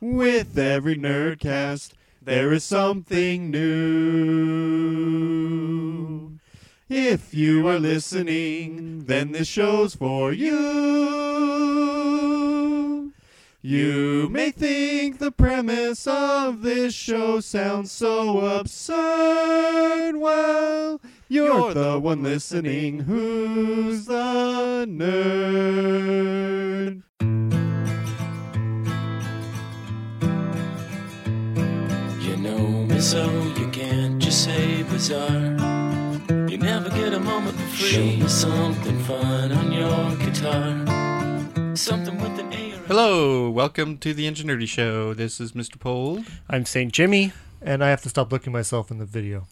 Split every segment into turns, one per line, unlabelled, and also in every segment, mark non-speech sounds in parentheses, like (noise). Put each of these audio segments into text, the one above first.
with every nerdcast, there is something new. If you are listening, then this show's for you. You may think the premise of this show sounds so absurd. Well, you're the one listening who's the nerd.
You know me so you can't just say bizarre. You never get a moment for free. Show me something fun on your guitar. Something with an A or a-
Hello, welcome to the Ingenuity Show. This is Mr. Pold.
I'm St. Jimmy.
and I have to stop looking myself in the video.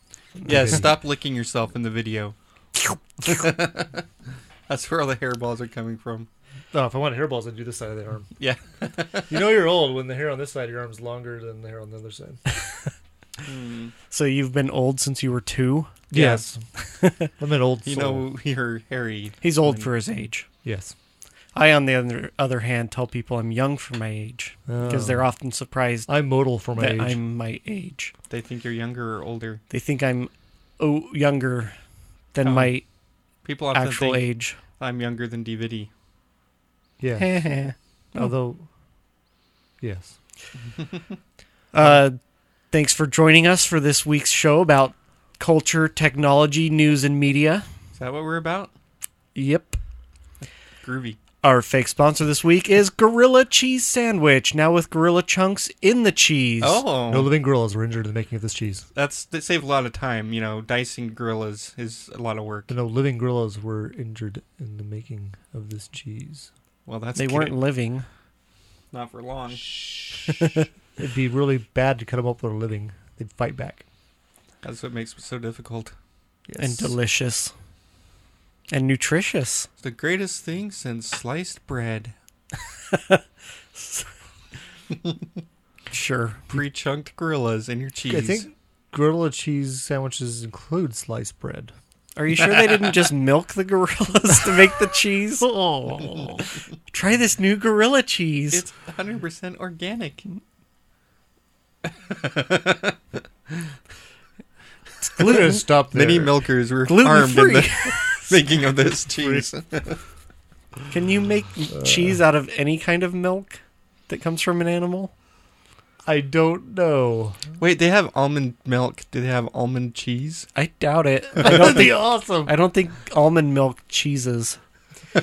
Yeah, stop licking yourself in the video. (laughs) That's where all the hairballs are coming from.
Oh, if I want hairballs, I'd do this side of the arm.
(laughs) Yeah.
(laughs) You know you're old when the hair on this side of your arm is longer than the hair on the other side.
So you've been old since you were two.
(laughs)
Yes. I'm an old
You
soul.
know, (laughs) you're hairy.
He's old for his age.
Yes.
I, on the other, other hand, tell people I'm young for my age because
Oh.
they're often surprised
I'm modal for my
that
age.
I'm my age.
They think you're younger or older.
They think I'm oh younger than
Oh,
my
People often
actual
think
age. (laughs)
I'm younger than DVD.
Yeah.
uh,
Although, yes.
Uh, thanks for joining us for this week's show about culture, technology, news, and media.
Is that what we're about?
Yep.
Groovy.
Our fake sponsor this week is Gorilla Cheese Sandwich, now with Gorilla Chunks in the cheese.
Oh,
No living gorillas were injured in the making of this cheese.
that's that saved a lot of time. You know, dicing gorillas is a lot of work.
No living gorillas were injured in the making of this cheese.
Well, that's
They
good.
weren't living.
not for long.
It'd be really bad to cut them up for a living. They'd fight back.
That's what makes it so difficult.
and delicious and nutritious.
It's the greatest thing since sliced bread,
Sure.
pre-chunked gorillas in your cheese.
I think gorilla cheese sandwiches include sliced bread.
Are you sure they
(laughs)
didn't just milk the gorillas to make the cheese? Oh. Try this new gorilla cheese.
It's 100% organic.
We're gonna stop there.
Many milkers were harmed in
gluten-free.
the (laughs) making of this cheese.
Can you make
Uh.
cheese out of any kind of milk that comes from an animal?
I don't know.
Wait, they have almond milk. Do they have almond cheese?
I doubt it. I don't think, awesome. I don't think almond milk cheeses.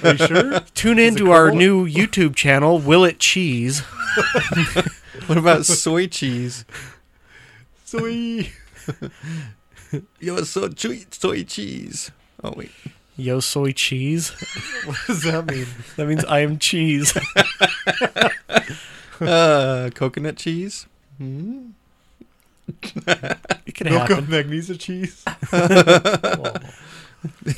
Are you sure?
Tune in to our new YouTube channel, Will It Cheese?
What about soy cheese?
Sweet.
(laughs) Yo, so che- soy cheese. Oh wait,
Yo soy cheese.
(laughs) What does that mean?
That means I am cheese.
(laughs)
uh, coconut cheese.
It could
Milk
happen.
of magnesia
(laughs)
cheese.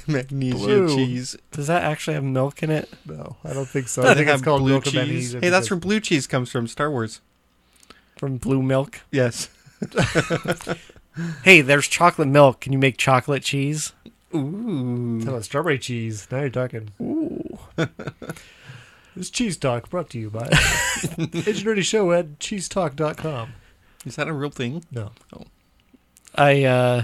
Magnesia
Blue.
cheese.
Does that actually have milk in it?
No, I don't think so.
They
I think
have
it's called
blue
milk of
cheese.
magnesia.
Hey, that's
because-
where blue cheese comes from. Star Wars.
From blue milk?
Yes.
Hey, there's chocolate milk. Can you make chocolate cheese?
Talking about strawberry cheese. Now you're talking. Ooh. (laughs) this cheese talk brought to you
(laughs)
by It's Nerdy Show at cheesetalk.com.
Is that a real thing?
No,
I uh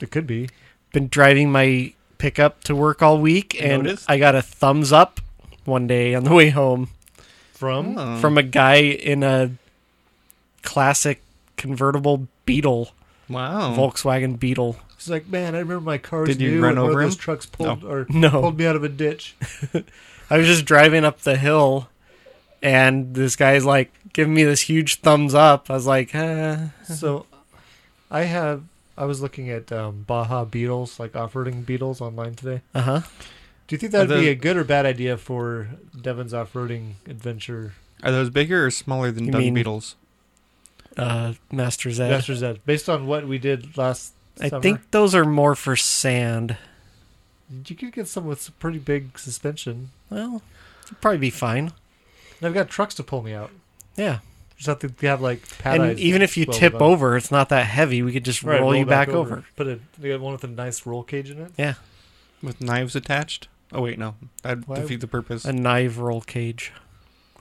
it could be.
been driving my pickup to work all week and
Noticed?
I got a thumbs up one day on the (laughs) way home
From?
from a guy in a classic convertible Beetle,
Hmm.
Wow.
Volkswagen Beetle.
He's like, man, I remember my car's
Did you
new,
run
and one
over
of those
him?
trucks pulled or
No.
pulled me out of a ditch. (laughs)
I was just driving up the hill, and this guy's like giving me this huge thumbs up. I was like, uh,
so, "Eh." I have. I was looking at um, Baja Beetles, like off-roading Beetles, online today.
uh huh.
Do you think that'd
Are the-
be a good or bad idea for Devin's off-roading adventure?
Are those bigger or smaller than
You
dung
mean-
beetles?
Uh, Master Zed.
Master Zed, based on what we did last
I
summer,
think those are more for sand.
you could get some with some pretty big suspension.
Well, it'd probably be fine.
And I've got trucks to pull me out.
Yeah.
Just have to have like pad
and
eyes
even if you
welded
tip
on.
over, it's not that heavy. We could just
Right,
roll, you back, over.
Put a they got one with a nice roll cage in it.
Yeah,
With knives attached? Oh, wait, no. That'd
Why-
defeat the purpose.
a knife roll cage.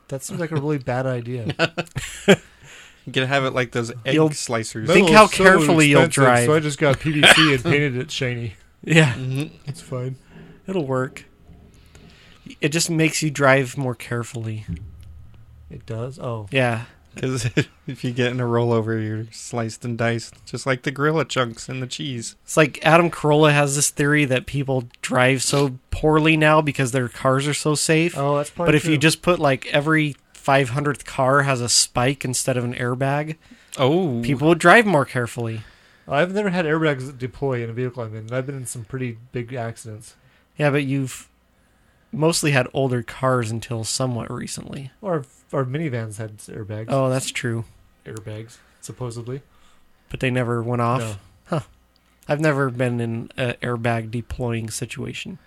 That seems like a really bad idea.
You could have it like those egg
You'll-
slicers.
Think how carefully you'll drive.
So I
(laughs)
just got PVC
(laughs)
and painted it shiny.
Yeah,
Mm-hmm. It's fine.
it'll work. It just makes you drive more carefully.
It does. Oh,
Yeah,
Because if you get in a rollover, you're sliced and diced, just like the gorilla chunks and the cheese.
it's like Adam Carolla has this theory that people drive so poorly now because their cars are so safe.
oh, that's probably.
but if
true.
you just put like every 500th car has a spike instead of an airbag,
Oh,
people would drive more carefully.
I've never had airbags that deploy in a vehicle I'm in. and I've been in some pretty big accidents,
Yeah, but you've mostly had older cars until somewhat recently.
or or minivans had airbags.
Oh, that's true.
airbags supposedly.
But they never went off.
No.
I've never been in an airbag deploying situation.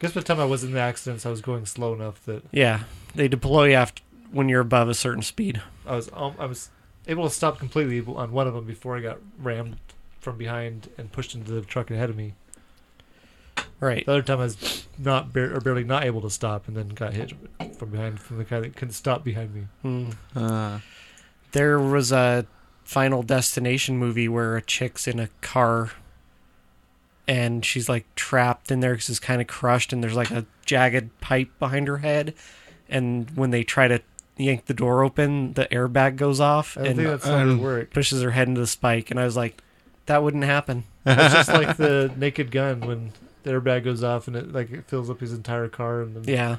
Guess by the time I was in the accidents, I was going slow enough that
Yeah, they deploy after when you're above a certain speed.
I was um, I was able to stop completely on one of them before I got rammed from behind and pushed into the truck ahead of me.
Right.
The other time I was not bar- or barely not able to stop and then got hit from behind from the guy that couldn't stop behind me.
Hmm.
Uh,
There was a Final Destination movie where a chick's in a car and she's like trapped in there because it's kind of crushed and there's like a jagged pipe behind her head. And when they try to yank the door open, the airbag goes off
I don't think
and
that's how it
um,
work.
pushes her head into the spike. And I was like, that wouldn't happen.
It's just like
(laughs)
the Naked Gun when the airbag goes off and it like it fills up his entire car and then
Yeah.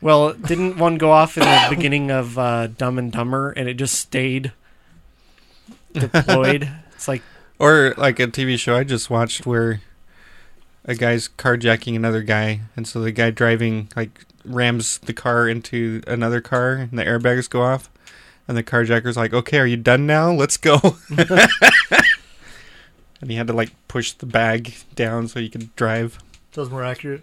Well, didn't one go off in the
(coughs)
beginning of uh, Dumb and Dumber and it just stayed
(laughs)
deployed? it's like,
or like a TV show I just watched where a guy's carjacking another guy, and so the guy driving like rams the car into another car, and the airbags go off, and the carjacker's like, "Okay, are you done now? Let's go." and he had to like push the bag down so he could drive.
feels more accurate.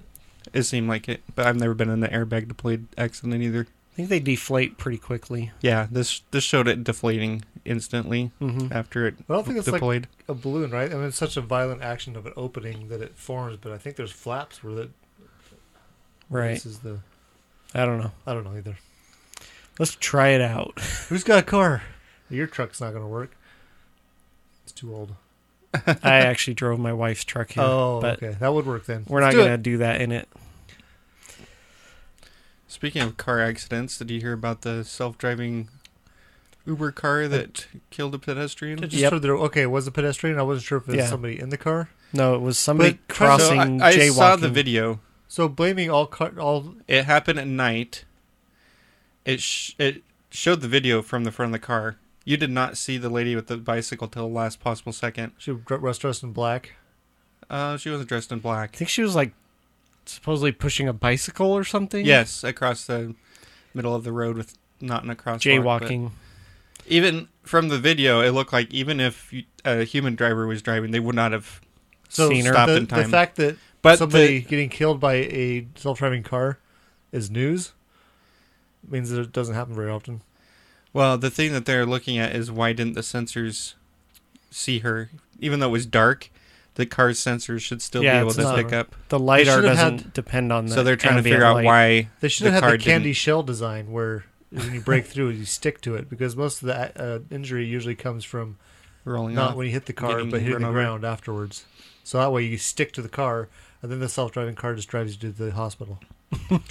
It seemed like it, but I've never been in an airbag deployed accident either.
I think they deflate pretty quickly.
Yeah, this this showed it deflating instantly
Mm-hmm.
after it
I don't think it's like
deployed.
a balloon, right? I mean, it's such a violent action of an opening that it forms, but I think there's flaps where that
Right.
This is the
I don't know.
I don't know either.
Let's try it out. (laughs)
Who's got a car? Your truck's not gonna work. It's too old. (laughs)
I actually drove my wife's truck here,
oh,
but
okay, that would work then.
we're not
Let's do
going to
it.
do that in it.
Speaking of car accidents, did you hear about the self-driving Uber car that killed a pedestrian?
I just
Yep.
heard there. Okay, it was a pedestrian. I wasn't sure if it was
Yeah.
somebody in the car.
No, it was somebody
But-
crossing
So I, I
jaywalking.
saw the video.
So blaming all car, all
It happened at night. It sh- it showed the video from the front of the car. You did not see the lady with the bicycle till the last possible second.
she was dressed in black.
Uh, she wasn't dressed in
I
black.
think she was like supposedly pushing a bicycle or something.
Yes, across the middle of the road with not in a crosswalk. but-
jaywalking.
even from the video, it looked like even if you- a human driver was driving, they would not have.
So
Seen her.
Stopped
the,
in
the
time.
fact that
But
somebody
the-
getting killed by a self-driving car is news means that it doesn't happen very often.
Well, the thing that they're looking at is why didn't the sensors see her? Even though it was dark, the car's sensors should still
Yeah,
be able
it's
to
not-
pick up.
The lidar
should have
doesn't
had-
depend on the.
So they're trying to
ambient
figure out
light.
why
They should have
car
had the candy
didn't-
shell design where when you break through, you stick to it because most of the uh, injury usually comes from
rolling
Not
off.
when you hit the car,
Getting
but hitting
run
the
over.
ground afterwards. So that way you stick to the car, and then the self-driving car just drives you to the hospital.
well,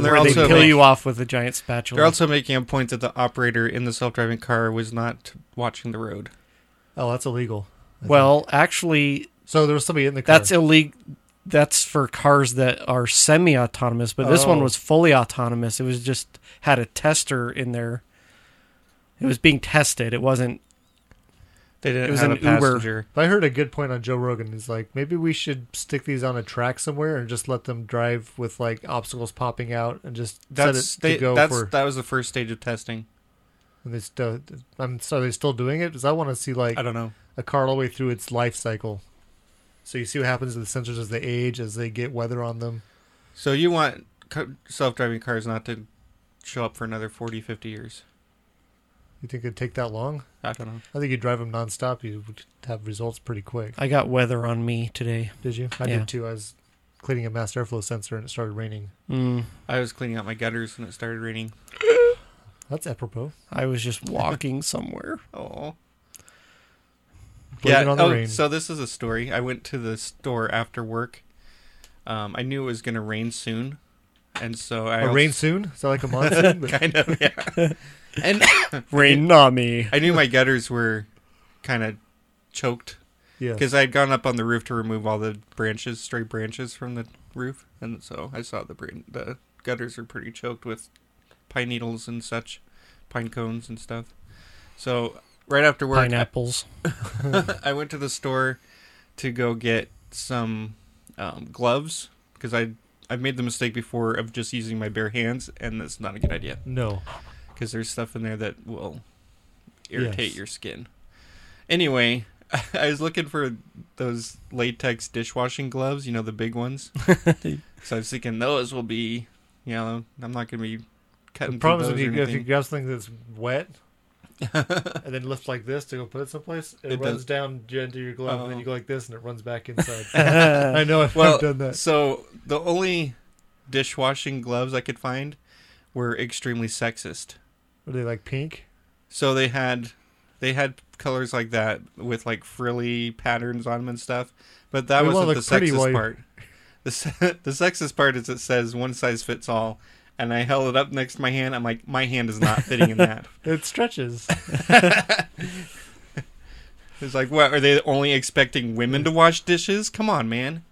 they're
Where they
also
kill you off with a giant spatula.
they're also making a point that the operator in the self-driving car was not watching the road.
Oh, that's illegal.
well, actually,
So there was somebody in the car.
that's illegal. That's for cars that are semi-autonomous, but this one
Oh.
was fully autonomous. It was just had a tester in there. It was being tested. It wasn't.
They didn't
It was
have
an
a
Uber.
passenger.
But I heard a good point on Joe Rogan. He's like, maybe we should stick these on a track somewhere and just let them drive with like obstacles popping out and just
That's
set it
they,
to go
that's
for.
that was the first stage of testing.
and they still, I'm so are they still doing it? Because I want to see like
I don't know.
a car all the way through its life cycle. So you see what happens to the sensors as they age, as they get weather on them.
So you want co- self-driving cars not to show up for another 40, 50 years?
You think it'd take that long?
I don't know.
I think you drive them nonstop, you would have results pretty quick.
I got weather on me today.
Did you? I
Yeah.
did too. I was cleaning a mass airflow sensor and it started raining.
Mm,
I was cleaning out my gutters when it started raining.
That's apropos.
I was just
(laughs)
walking somewhere.
Oh.
Blaming on the
oh,
rain.
So this is a story. I went to the store after work. Um, I knew it was going to rain soon, and so I
A
also- (laughs)
rain soon? Is that like a monsoon? But-
kind of yeah.
(laughs)
and (coughs)
Rain on me.
I knew my gutters were kind of choked
yeah.
because I had gone up on the roof to remove all the branches, stray branches from the roof, and so I saw the bran- the gutters are pretty choked with pine needles and such, pine cones and stuff. So right after work, I-
Pineapples.
(laughs) I went to the store to go get some um, gloves because I I've made the mistake before of just using my bare hands, and that's not a good idea
No.
because there's stuff in there that will irritate
Yes.
your skin. Anyway, (laughs) I was looking for those latex dishwashing gloves, you know, the
(laughs)
big ones. so I was thinking those will be, you know, I'm not going to be
The
cutting through
problem is if
those or
you, if you
anything.
grab something that's
(laughs)
wet and then lift like this to go put it someplace, it,
It
runs
does.
down into your glove and then
Oh.
you go like this and it runs
(laughs)
back inside. I know I've,
Well,
I've done that.
So the only dishwashing gloves I could find were extremely sexist.
Were they like pink?
So they had they had colors like that with like frilly patterns on them and stuff. But that
They wanna
wasn't the
look pretty while
sexist
you-
part. The, se- (laughs) the sexist part is it says one size fits all, and I held it up next to my hand. I'm like, my hand is not fitting
(laughs)
in that.
It
(laughs)
stretches.
It's like, what are they only expecting women to wash dishes? Come on, man.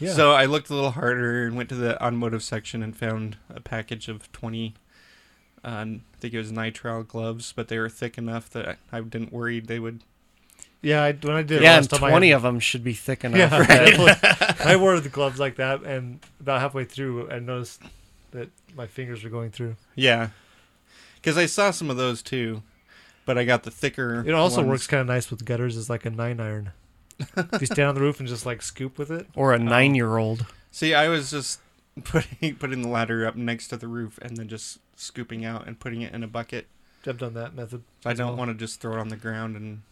Yeah.
So I looked a little harder and went to the automotive section and found a package of 20, uh, I think it was nitrile gloves, but they were thick enough that I I didn't worry they would
yeah, I, when I did it
Yeah, and
last time I had-
twenty of them should be thick enough.
Yeah,
that-
definitely. I wore the gloves like that, and about halfway through, I noticed that my fingers were going through.
Yeah, because I saw some of those too, but I got the thicker.
It also
ones.
works kind of nice with gutters as like a nine
(laughs)
iron. If you stand on the roof and just like scoop with it.
Or a nine-year-old.
See, I was just (laughs) putting putting the ladder up next to the roof and then just scooping out and putting it in a bucket.
I've done that method.
I
as
don't
well.
want to just throw it on the ground and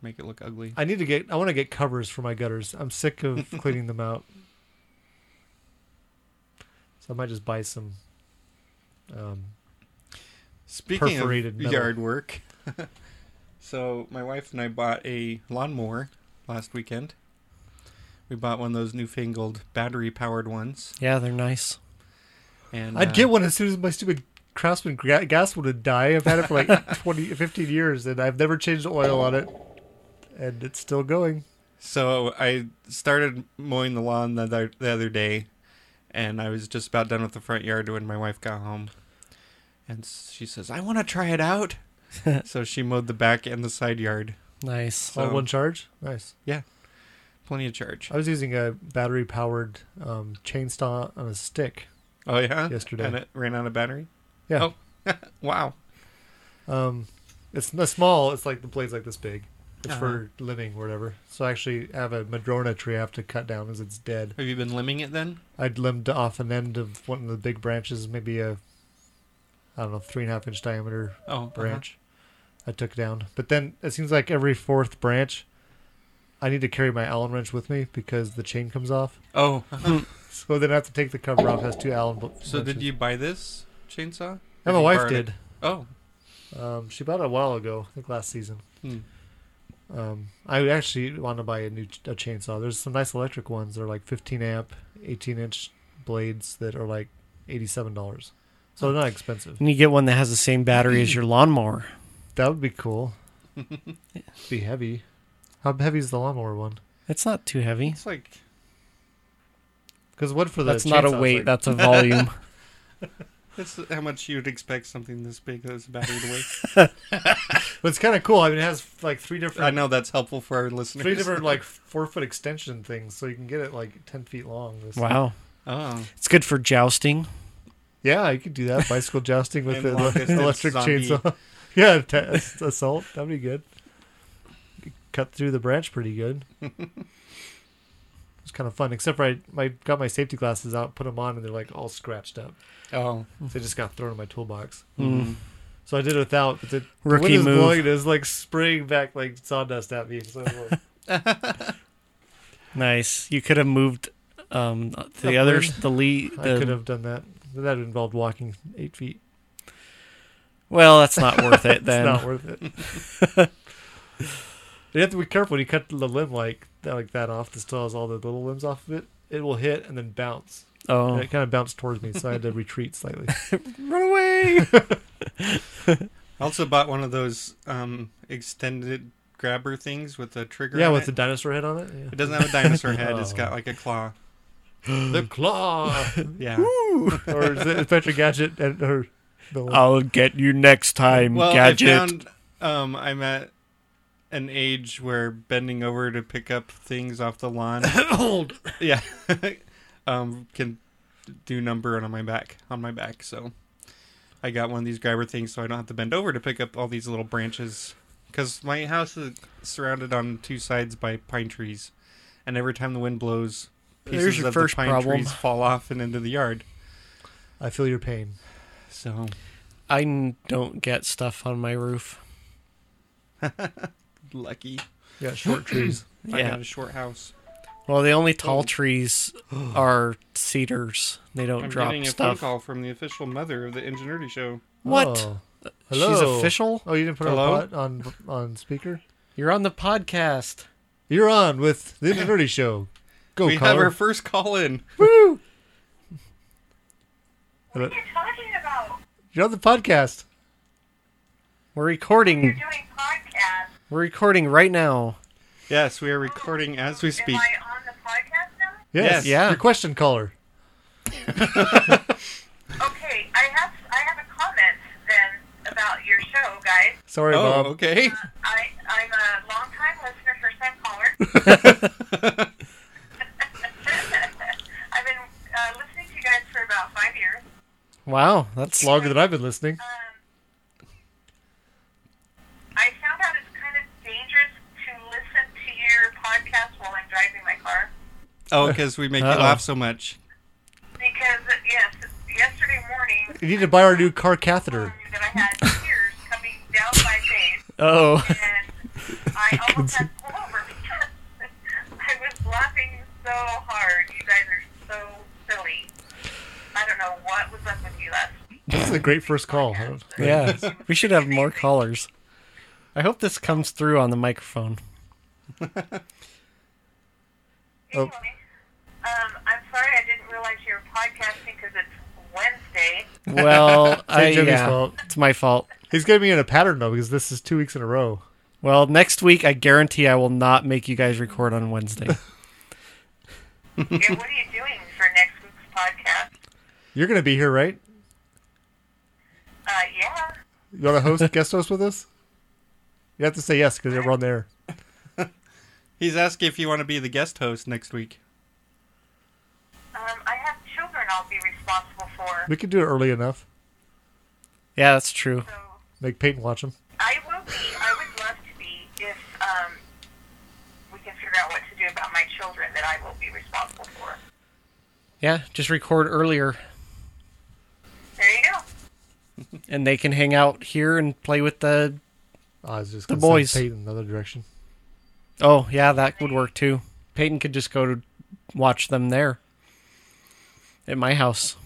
make it look ugly.
I need to get. I want to get covers for my gutters. I'm sick
(laughs)
of cleaning them out, so I might just buy some. Um,
Speaking
Perforated
of
metal.
yard work, (laughs) so my wife and I bought a lawnmower last weekend. We bought one of those newfangled battery powered ones,
Yeah, they're nice.
and
I'd
uh,
get one as soon as my stupid Craftsman gra- gas would die. I've had it for
(laughs)
like 20, 15 years, and I've never changed oil on it, and it's still going.
So I started mowing the lawn the other, the other day, and I was just about done with the front yard when my wife got home, and she says, "I want to try
(laughs)
it out." so she mowed the back and the side yard.
Nice.
So
on one charge. Nice.
plenty of charge.
I was using a battery powered um, chainsaw on a stick.
Oh yeah,
Yesterday.
and it ran out of battery. Oh.
Yeah.
(laughs) Wow.
Um, it's not small. It's like the blade's like this big. It's for limbing, or whatever. So I actually have a madrona tree I have to cut down as it's dead.
Have you been limbing it then?
I'd limbed off an end of one of the big branches, maybe a, I don't know, three and a half inch diameter
Oh,
branch I took down. But then it seems like every fourth branch, I need to carry my Allen wrench with me because the chain comes off.
uh-huh. Oh, (laughs)
So then I have to take the cover off. It Has two Allen. bl-
so did
wrenches.
you buy this chainsaw?
Yeah,
Or
my
you
wife
borrowed it?
did.
Oh,
Um, she bought it a while ago, I think last season.
Hmm.
Um, I actually want to buy a new ch- a chainsaw. There's some nice electric ones. They're like 15 amp, 18 inch blades that are like $87. So they're not expensive.
And you get one that has the same battery
(laughs)
as your lawnmower.
That would be
(laughs)
cool. be heavy. How heavy is the lawnmower one?
It's not too heavy.
It's like because what for the
That's not a
chainsaw,
weight.
It's like, (laughs)
That's a volume.
That's how much you'd expect something this big as a battery to weigh.
(laughs) but it's kind of cool. I mean, it has like three different
I know that's helpful for our listeners.
three different like four foot extension things, so you can get it like ten feet long. This-
wow.
Oh,
It's good for jousting.
Yeah, you could do that bicycle jousting with
And
an (laughs)
long distance
electric
zombie.
chainsaw. (laughs) yeah, t- assault. That'd be good. Cut through the branch pretty good. It's kind of fun, except for I, I got my safety glasses out, put them on, and they're like all scratched up.
oh,
They just got thrown in my toolbox. So I did it without. But the the
Mm-hmm. Rookie
wind is
move.
blowing, and it's like spraying back like sawdust at me. So I'm like,
(laughs)
Nice. You could have moved um, the
Upward.
other the lead.
I could have done that. But That involved walking eight feet.
Well, that's not worth it
(laughs) It's
then.
not worth it. you have to be careful when you cut the limb like that, like that off. That still has all the little limbs off of it. It will hit and then bounce.
oh,
And it kind of bounced towards me, so I had to retreat (laughs) slightly.
run away!
I also bought one of those um, extended grabber things with a trigger.
yeah,
on
with the
it.
dinosaur head on it.
it doesn't have a dinosaur head.
(laughs)
It's
Oh.
got like a claw.
Yeah. the claw,
Yeah.
or is it Inspector Gadget and her? No.
I'll get you next time,
well,
gadget.
I found um, I'm at an age where bending over to pick up things off
(laughs)
the lawn, yeah, (laughs) um, can do number on my back on my back. So I got one of these grabber things, so I don't have to bend over to pick up all these little branches. Because my house is surrounded on two sides by pine trees, and every time the wind blows, pieces
There's your
of
first
the pine
problem.
trees fall off and into the yard.
I feel your pain.
So
I n- don't get stuff on my roof.
lucky,
Yeah, short trees.
(clears throat) I
Yeah.
got a short house.
Well, the only tall
(gasps)
trees are cedars. They don't
I'm
drop
getting a phone
stuff.
call from the official mother of the Ingenuity Show.
What?
Oh.
She's
Hello.
official.
Oh, you didn't put it
Hello?
on pot- on on speaker.
You're on the podcast.
You're on with the Nerdy Show.
Oh,
Go,
we have
caller.
our first call in.
Hello. You're on the podcast.
We're recording. We're recording right now.
Yes, we are recording as we speak.
Yes.
Yes.
Yeah.
Your question, caller.
Okay, I have I have a comment then about your show, guys.
Sorry,
oh,
Bob.
okay.
I I'm a long time listener, first time caller.
(laughs)
(laughs) I've been uh, listening to you guys for about five years.
Wow, that's
Longer than I've been listening.
Um, I found out it's kind of dangerous to listen to your podcast while I'm driving my car
Oh, because we make you laugh so much.
because yes, yesterday morning
You need to buy our new car catheter.
that I had tears coming down my face.
(laughs) oh.
and I almost had to pull over because (laughs) I was laughing so hard. You guys are so silly. I don't know what was up with you last week.
This is a great first call. I don't-
Yeah, we should have more callers. I hope this comes through on the
(laughs)
microphone.
Oh.
Anyway, um, I'm sorry I didn't realize you were podcasting because it's Wednesday.
Well,
Uh,
I,
Jimmy's
yeah,
fault.
it's my fault.
He's getting me in a pattern though because this is two weeks in a row.
Well, next week I guarantee I will not make you guys record on Wednesday.
yeah, what are you doing for next week's podcast?
You're gonna be here, right?
Uh, yeah.
You want to
(laughs)
host guest host with us? You have to say yes because we're on there.
He's asking if you want to be the guest host next week.
Um, I have children I'll be responsible for.
We can do it early enough.
Yeah, that's true.
So
Make Peyton watch him.
I will be. I would love to be if um, we can figure out what to do about my children that I will be responsible for.
Yeah, just record earlier
There you go.
and they can hang out here and play with the
I was just
The
gonna send
boys.
Peyton in another direction.
Oh, yeah, that would work too. Peyton could just go to watch them there at my house.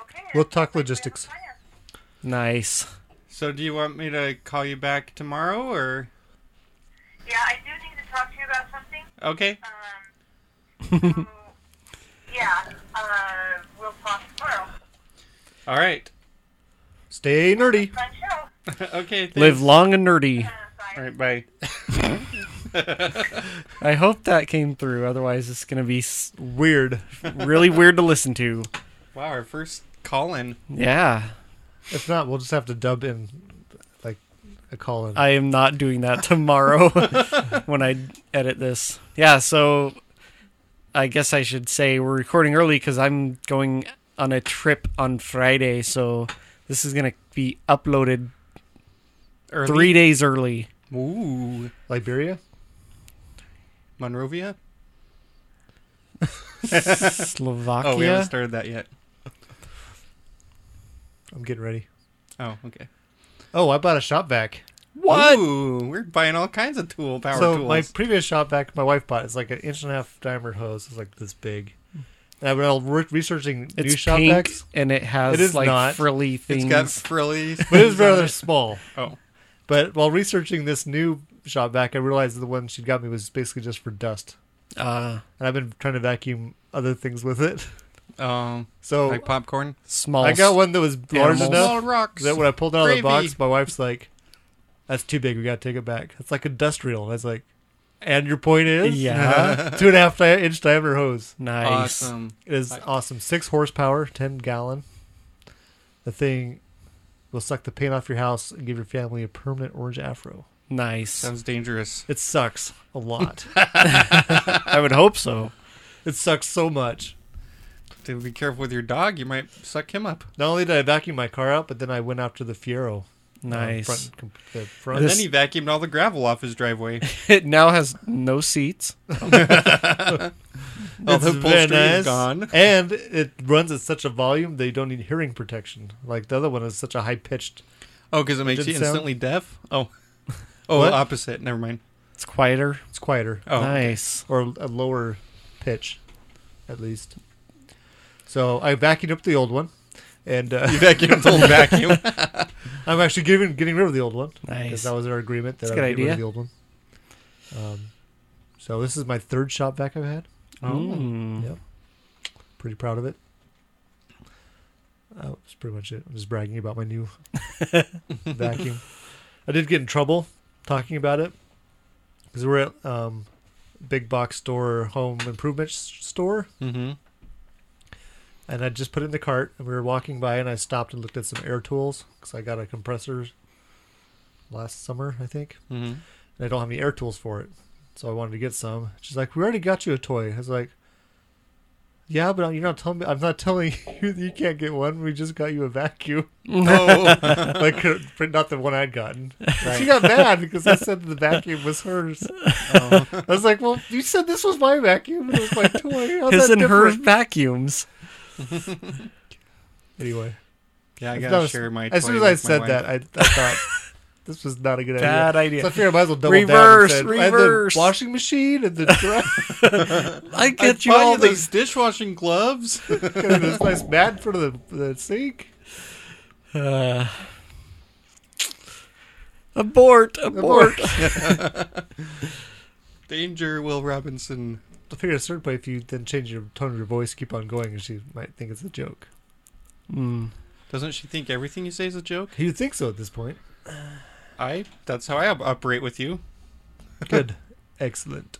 Okay.
We'll
that
talk
sounds like we have a
logistics.
plan.
Nice.
So, do you want me to call you back tomorrow, or
Yeah, I do need to talk to you about something.
okay?
Yeah, uh, we'll talk tomorrow.
All right.
Stay nerdy.
Fun show.
okay. Thanks.
Live long and nerdy.
All right. Bye.
I hope that came through. Otherwise, it's going to be s- weird. really weird to listen to.
wow, our first call in.
Yeah.
If not, we'll just have to dub in like a call in.
I am not doing
(laughs)
that tomorrow (laughs) when I edit this. Yeah, so I guess I should say we're recording early because I'm going on a trip on Friday, so this is gonna be uploaded
Early?
three days early.
Ooh.
Liberia?
Monrovia?
Slovakia?
Oh, we haven't started that yet.
I'm getting ready.
Oh, okay.
Oh, I bought a shop vac.
What? we're buying all kinds of tool power
so
tools.
my previous shop vac my wife bought is like an inch and a half diamer hose. It's like this big. And I was re- researching new
It's
shop
pink,
vacs,
and it has, like, frilly It's got
mm. (laughs)
things. frilly
but it was
things on
rather
it.
small.
Oh,
but while researching this new shop vac, I realized the one she got me was basically just for dust.
Uh,
and I've been trying to vacuum other things with it.
(laughs)
(laughs)
Um,
so
like popcorn?
Small
I got one that was large enough
animals.
Small rocks.
that when I pulled it out of the
Gravy.
box, my wife's like, "That's too big. We got to take it back. It's like industrial." And I was like, "And your point is,
Yeah.
(laughs) two and a half di- inch diameter hose.
Nice. Awesome.
It is awesome. Six horsepower, ten gallon. The thing will suck the paint off your house and give your family a permanent orange afro.
Nice.
Sounds dangerous.
It sucks a
(laughs)
lot.
I would hope so.
It sucks so much.
To be careful with your dog, you might suck him up.
Not only did I vacuum my car out, but then I went after the Fiero. um,
Nice.
front- com- the front.
And then he vacuumed all the gravel off
(laughs)
his driveway.
It now has no seats.
All the upholstery is gone.
and it runs at such a volume that you don't need hearing protection. Like the other one is such a high pitched.
Oh, because it makes you instantly deaf?
(laughs)
Oh. Oh, opposite. Never mind.
It's quieter.
It's quieter.
Oh.
Nice.
Or a lower pitch, at least. So I vacuumed up the old one, and (laughs) uh,
You vacuumed up the old vacuum.
I'm actually giving getting rid of the old one. 'cause
Nice.
That was our agreement that
That's
I
a
would
good
get rid of
idea.
the old one. Um, so this is my third shop vac I've had.
Oh. Mm.
Yep. Pretty proud of it. Oh, that's pretty much it. I'm just bragging about my new vacuum. I did get in trouble talking about it because we're at um, big box store, home improvement s- store,
Mm-hmm.
and I just put it in the cart. And we were walking by, and I stopped and looked at some air tools because I got a compressor last summer, I think,
Mm-hmm.
Mhm.
and I don't have any air tools for it, so I wanted to get some. She's like, "We already got you a toy." I was like, "Yeah, but you're not telling me. I'm not telling (laughs) you that you can't get one. We just got you a vacuum."
No.
(laughs) like uh, not the one I'd gotten.
Right.
She got mad because I said the vacuum was hers.
Oh.
I was like, "Well, you said this was my vacuum. and It was my toy. How's
His
that
and her
different?"
vacuums.
Anyway.
Yeah, I
It's
gotta
not a-
share my
As soon
toy
as I
with my
said
wife.
that, I, I thought (laughs) this was not a good idea.
Bad idea.
So I figured I might as well double
Reverse,
down. and said,
reverse.
And the washing machine
(laughs)
and the dryer.
I get you
bought
all
these dishwashing gloves. (laughs)
Got this nice mat for the, the sink.
Uh, abort, abort.
Danger, Will Robinson.
I figure at a certain point, if you then change your tone of your voice, keep on going, and she might think it's a joke.
Doesn't she think everything you say is a joke?
You'd think so at this
(laughs)
point.
I. That's how I op- operate with you.
Good. Excellent.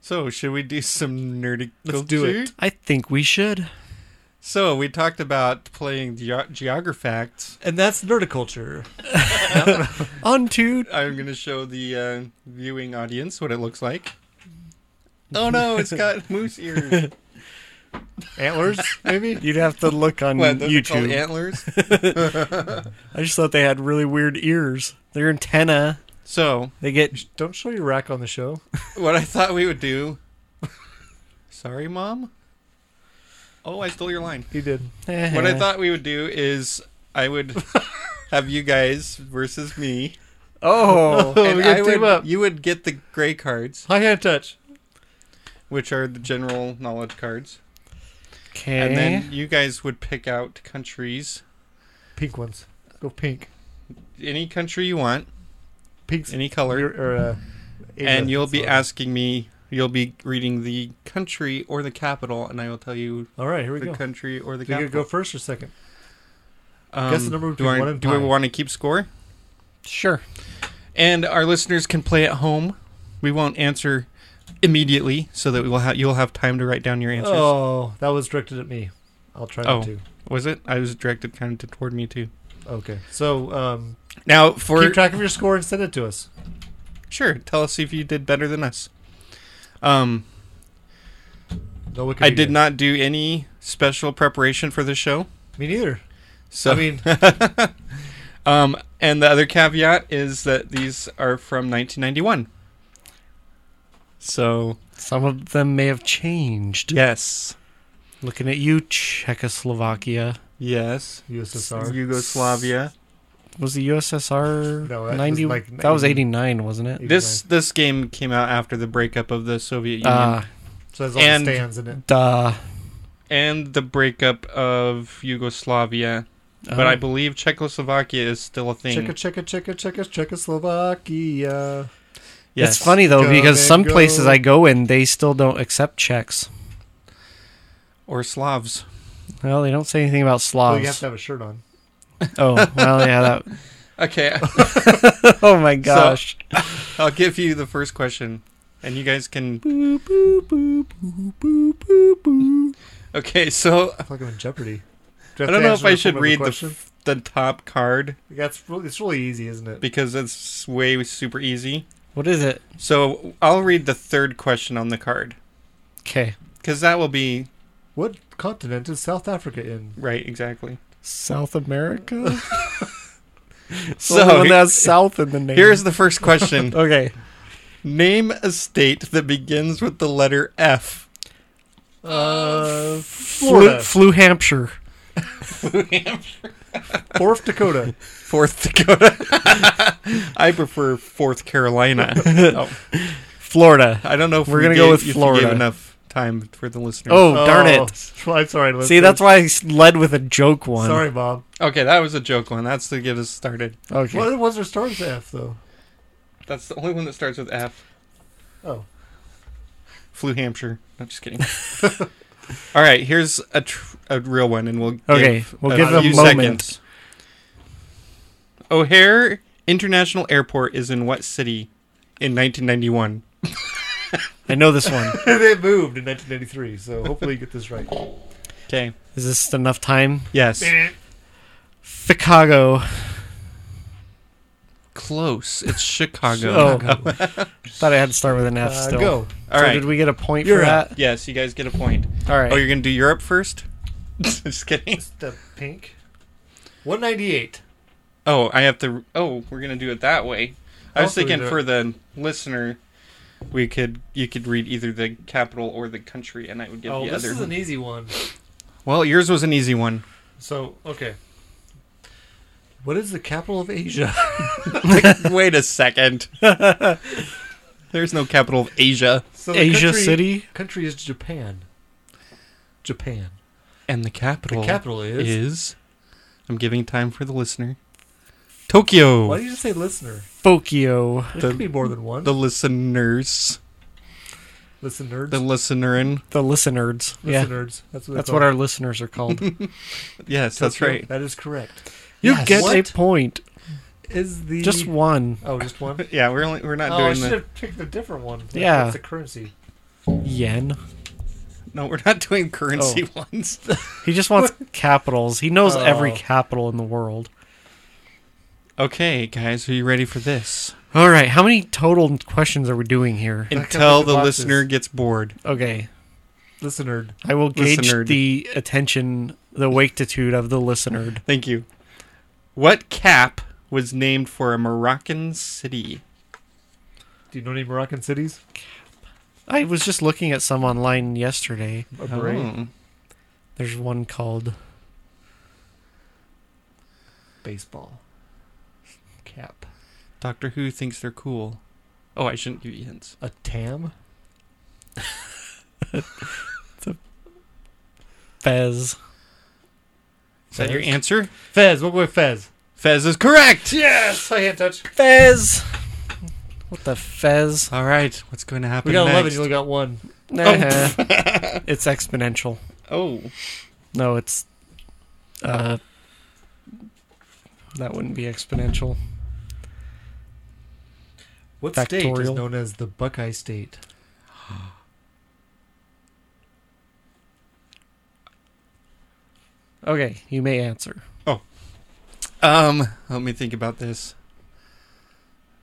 So, should we do some nerdy
Let's do it. I think we should.
So, we talked about playing ge- Geografacts.
And that's
(laughs)
nerdiculture.
On to.
I'm going to show the uh, viewing audience what it looks like. Oh no,
(laughs)
it's got moose ears.
Antlers, maybe?
You'd have to look on
What, those are called
YouTube.
antlers?
I just thought they had really weird ears. Their antenna.
So
they get
Don't show your rack on the show.
what I thought we would do. (laughs) Sorry, mom. Oh, I stole your line.
You did.
(laughs) what
Eh.
I thought we would do is
(laughs)
I would have you guys versus me. (laughs)
Oh,
Oh,
and
we gotta
I
team
would,
up.
you would get the gray cards,
High hand touch.
which are the general knowledge cards,
okay.
and then you guys would pick out countries
Pink ones. Go pink.
Any country you want,
pinks,
any color,
or, uh, Asia,
and you'll be
so-
asking me. You'll be reading the country or the capital, and I will tell you.
All right, here we
the
go.
country or the
Do you gotta
capital.
go first or second?
Um,
Guess the number
do
between
I,
one and
Do
pi.
we want to keep score?
Sure.
And our listeners can play at home. We won't answer immediately, so that we will ha- you'll have time to write down your answers.
Oh, that was directed at me. I'll try
Oh,
not to.
was it? I was directed kind of to- toward me too.
Okay. So um,
Now for
keep track of your score and send it to us.
Sure. Tell us if you did better than us. Um,
No
I
Wikipedia.
did not do any special preparation for the show.
Me neither.
So
I mean-
um, and the other caveat is that these are from 1991. So
some of them may have changed.
Yes.
Looking at you, Czechoslovakia.
Yes.
USSR.
Yugoslavia.
Was the USSR
No, that was
90?
like
that was
89.
89, wasn't it?
This this game came out after the breakup of the Soviet Union.
Ah.
So there's all the stands in it.
Duh.
And the breakup of Yugoslavia. But
Oh.
I believe Czechoslovakia is still a thing.
Checka, checka, checka, checka, Czechoslovakia.
Yes.
It's funny though
Come
because
and
some places
go.
I go in, they still don't accept checks.
or Slavs.
Well, they don't say anything about Slavs.
Well, you have to have a shirt on.
oh, well, yeah.
(laughs)
That...
(laughs) Okay.
(laughs) oh my
So,
gosh.
(laughs) I'll give you the first question, and you guys can. (laughs) Okay, so
I feel like I'm in jeopardy.
I
have
don't
to
know
answer
if I
the
should
form of a
read the
question?
f- the top card
That's really, it's really easy, isn't it?
because it's way super easy.
What is it?
So I'll read the third question on the card
Okay.
because that will be
What continent is South Africa in?
right exactly.
South
(laughs)
America?
So
one that has South in the name.
Here's the first question. (laughs)
okay.
Name a state that begins with the letter F.
Uh,
Flew,
Florida.
flew Hampshire.
(laughs) Fourth Dakota.
Fourth Dakota. (laughs) I prefer Fourth Carolina. (laughs) Oh.
Florida.
I don't know if
We're
we
gonna
gave-
go with
if we
Florida.
Gave enough time for the listeners.
Oh, darn it.
Oh, I'm sorry.
See,
listeners.
that's why I s- led with a joke one.
Sorry, Bob.
Oh, Okay, that was a joke one. That's to get us started.
Okay.
What was there starts with F though?
That's the only one that starts with F.
Oh.
Flew Hampshire. I'm just kidding. (laughs) All right, here's a tr- a real one, and we'll
Okay,
give
we'll
a
give them
few
moment.
seconds. O'Hare International Airport is in what city in 1991?
I know this one.
(laughs) they moved in 1993, so hopefully you get this right.
Okay.
Is this enough time?
Yes.
Chicago.
Close.
(laughs)
It's Chicago.
Oh. (laughs) Thought I had to start with an F still.
Chicago.
All
so
right.
did we get a point
Uh, You're
for
up.
that?
Yes, you guys get a point.
All right.
Oh, you're gonna do Europe first? (laughs) Just kidding.
The pink. 198.
Oh, I have to. Oh, we're gonna do it that way. I was
Also we
thinking
do it-
for the listener, we could you could read either the capital or the country, and I would give
Oh,
the
this
other.
is an easy one.
well, yours was an easy one.
So okay. What is the capital of
(laughs)
Asia?
Wait a second. (laughs) There's no capital of Asia.
So
Asia
country,
City?
Country is Japan. Japan.
And the capital.
Oh,
The capital is-
is- I'm giving time for the listener. Tokyo.
Why do you just say listener?
Tokyo.
There could be more than one.
The listeners.
listeners.
The listenerin.
The listeners. Yeah.
listeners. That's what.
That's what our listeners are
(laughs)
called. you
Yes, that's right.
That is correct.
get
What
a point.
Is the
Just one.
Oh, just one.
Yeah, we're only we're not
oh, I
doing
should
the
have picked a different one. Like,
Yeah.
What's the currency?
Yen.
no, we're not doing currency
(laughs)
ones.
He just wants capitals. He knows every
Oh.
capital in the world.
okay, guys, are you ready for this?
All right. How many total questions are we doing here?
up
until
with the
the
boxes.
listener gets bored.
Okay.
Listener.
I will gauge
Listenered.
the attention, the waketitude of the listener.
Thank you. What cap was named for a Moroccan city?
Do you know any Moroccan cities?
I was just looking at some online yesterday.
A brain.
Oh.
There's one called
Baseball. Cap.
Doctor Who thinks they're cool. Oh, I shouldn't give you hints.
A
(laughs)
tam.
Fez.
Is that your answer?
Fez, we'll go with Fez.
Fez is correct.
Yes, I hand touch.
Fez. What the fez?
All right, what's going to happen?
We got 11,
next?
you only got one. Oh.
Nah. Uh-huh. (laughs) it's exponential.
Oh,
No, it's. Uh, that wouldn't be exponential.
What state is
Factorial.
known as the Buckeye State?
Okay, you may answer.
um, let me think about this.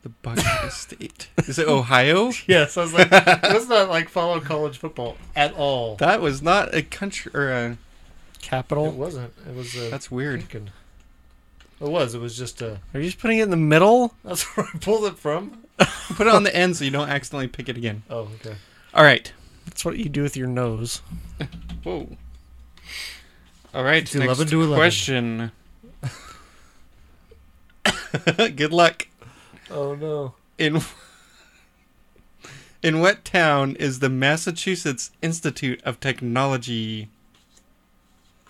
The Buckeye (laughs) State is
(laughs)
it Ohio?
Yes, I was like, let's not like follow college football at all.
That was not a country or uh, a
It
Capital.
wasn't. It was. Uh,
That's weird.
Lincoln. It was. It was just a. (laughs)
Are you just putting it in the middle?
That's where I pulled it from.
Put it
(laughs)
on the end so you don't accidentally pick it again.
Oh, okay.
All right.
That's what you do with your nose.
Whoa. All right.
It's
next
11 to 11.
question. Good luck.
Oh no.
In in what town is the Massachusetts Institute of Technology?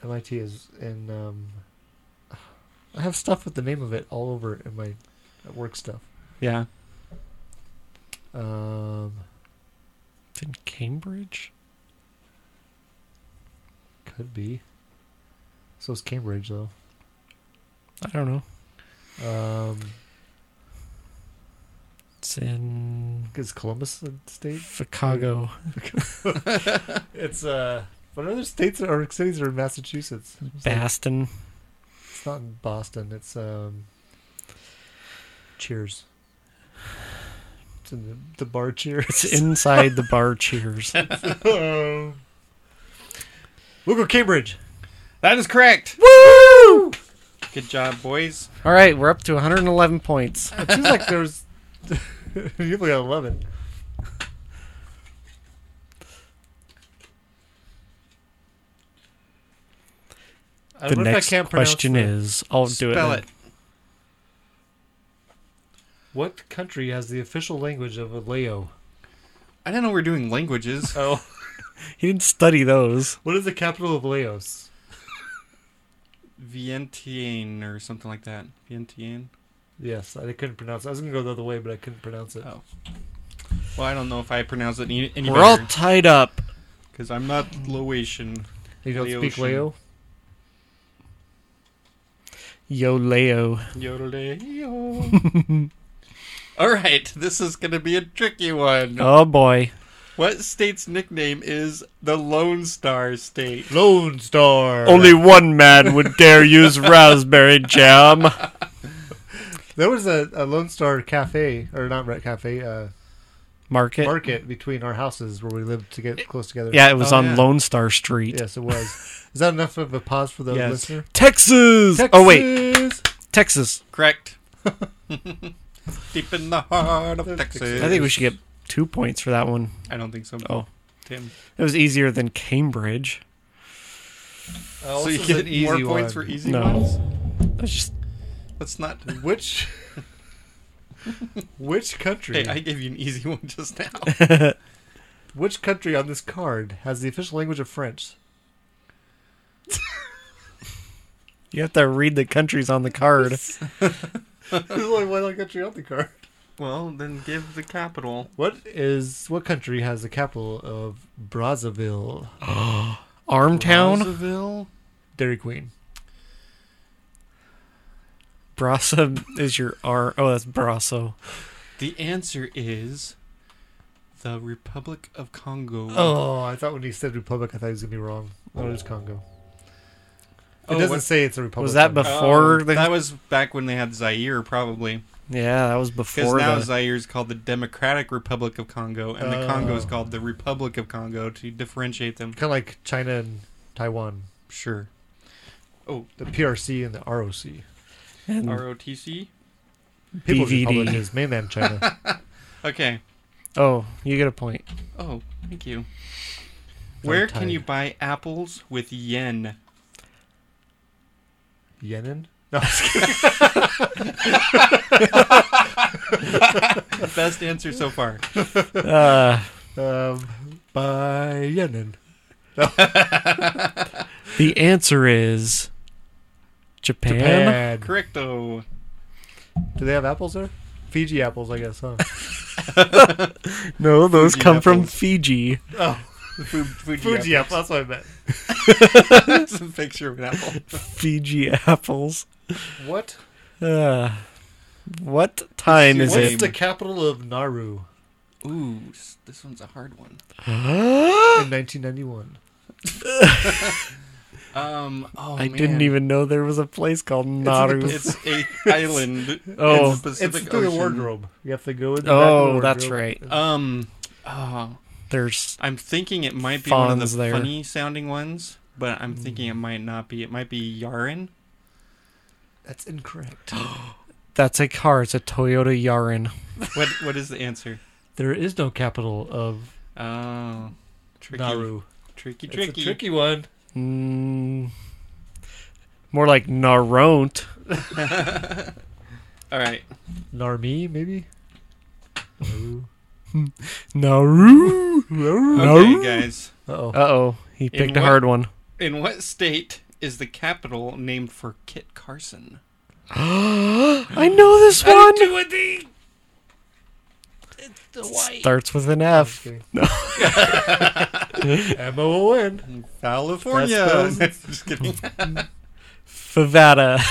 MIT is in. Um, I have stuff with the name of it all over in my work stuff.
Yeah.
Um,
It's in Cambridge.
could be. So is Cambridge though.
I don't know.
Um,
It's in
is Columbus a state?
Chicago.
(laughs) It's uh. What other states are- or cities are in Massachusetts? It's like-
Baston.
It's not in Boston. It's um. Cheers. It's in the, the bar
It's
Cheers.
inside the
(laughs)
bar. Cheers.
Um, we'll go Cambridge.
That is correct.
Woo!
Good job, boys.
All right, we're up to 111 points.
It seems like there's. you only got eleven. I
The
what if I
next
can't pronounce
question
the-
is, I'll do it.
Spell
then.
it.
What country has the official language of Aleo?
I didn't know we were doing languages.
Oh,
He didn't study those.
what is the capital of Laos?
Vientiane or something like that. Vientiane.
Yes, I couldn't pronounce. it. I was gonna go the other way, but I couldn't pronounce it.
Oh. Well, I don't know if I pronounce it any, any
We're all tied up.
because I'm not Laotian.
you don't speak
Laotian.
Lao?
Yo, Leo.
Yodelay-o. All right, this is going to be a tricky one.
Oh, boy.
What state's nickname is the Lone Star State?
Lone Star.
one man would dare use
(laughs)
raspberry jam.
There was a, a Lone Star Cafe, or not Red Cafe, uh,
Market.
market between our houses where we lived to get close together.
Yeah, it was
Oh,
on
yeah.
Lone Star Street.
Yes, it was. Is that enough of a pause for the
Yes.
listener?
Texas. Oh, wait. Texas.
Correct. (laughs) Deep in the heart of Texas.
I think we should get two points for that one.
I don't think so.
Oh.
Tim.
It was easier than Cambridge.
Oh,
so
this
you
is
get
an easy
more points
one.
for easy
No.
ones?
That's just
Let's not.
(laughs)
Which (laughs) Which country
Hey, I gave you an easy (laughs) one just now.
(laughs)
which country on this card has the official language of French?
(laughs) you have to read the countries on the card.
(laughs) There's only one other country on the card.
well, then give the capital.
What is what country has the capital of Brazzaville?
Armtown,
Brazzaville?
Dairy Queen.
Brasso is your R. Oh, that's Brasso.
The answer is the Republic of Congo.
Oh, I thought when he said Republic, I thought he was gonna be wrong. No, it is Congo. It
Oh,
doesn't
what-
say it's a republic.
Was that
though.
before the?
that was back when they had Zaire, probably.
yeah, that was
Because
before
now
the.
Zaire is called the Democratic Republic of Congo, and the Congo
Oh.
is called the Republic of Congo to differentiate them.
Kind of like China and Taiwan,
Sure.
the PRC and the ROC.
and
ROTC.
People's
BVD.
Republic is mainland
(laughs)
China.
Okay.
oh, you get a point.
Oh, thank you. Where can
tied.
you buy apples with yen?
Yenin. No,
Best answer
(laughs)
so far.
Uh,
um,
(laughs)
by Yenin.
the answer is Japan.
Japan.
Correcto.
Do they have apples there? Fiji apples, I guess, huh?
(laughs) No, those
Fuji
come from
apples.
Fiji.
Oh.
(laughs) Fu- Fuji
Fuji apple, that's
apples.
what I meant.
(laughs) It's a picture of an apple.
(laughs) Fiji apples.
What?
Uh, what time is
What's
it?
the capital of Nauru
Ooh, s- this one's a
(gasps)
hard one.
in 1991?
(laughs) Um, oh,
I
man.
didn't even know there was a place called Nauru.
It's
(laughs)
a island.
Oh.
in the
It's
Pacific
through the
Ocean.
wardrobe. You have to go in the back of the
oh, that's
wardrobe.
right.
Um, oh,
There's
I'm thinking it might be one of
Fawns
the
there.
funny sounding ones, but I'm thinking it might not be. It might be Yarin.
That's (gasps) incorrect.
that's a car. It's a Toyota Yarin.
What What is the answer?
there is no capital of
Oh, tricky,
Nauru.
tricky,
It's
tricky.
a tricky one.
Mm, more like Naront.
All right,
Narmi, maybe? Nauru.
(laughs) Nauru. Nauru.
okay, guys.
Uh-oh.
Uh oh, he
In
picked a
what-
hard (laughs) one.
In what state is the capital named for Kit Carson?
I know this one. Starts with an F.
kidding. (laughs) M-O-O-N.
(laughs)
California. (laughs) Just kidding.
Favada.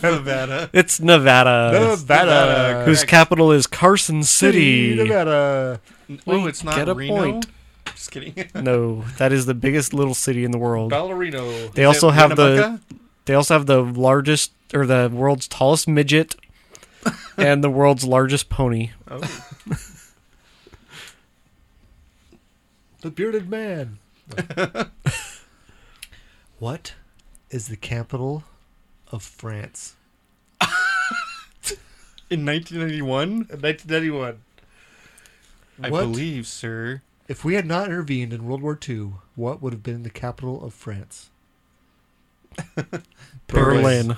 Nevada.
It's Nevada.
Nevada.
Whose capital is Carson City.
Nevada.
Oh, it's not
Get a
Reno.
point.
Just kidding.
No, that is the biggest little city in the world.
Ballerino.
They also have the they also have the largest or the world's
(laughs)
tallest midget and the world's largest pony.
The bearded man. No. (laughs) what is the capital of France?
in 1991.
In 1991.
I
What?
believe, sir.
If we had not intervened in World War II, what would have been the capital of (laughs) France?
Berlin.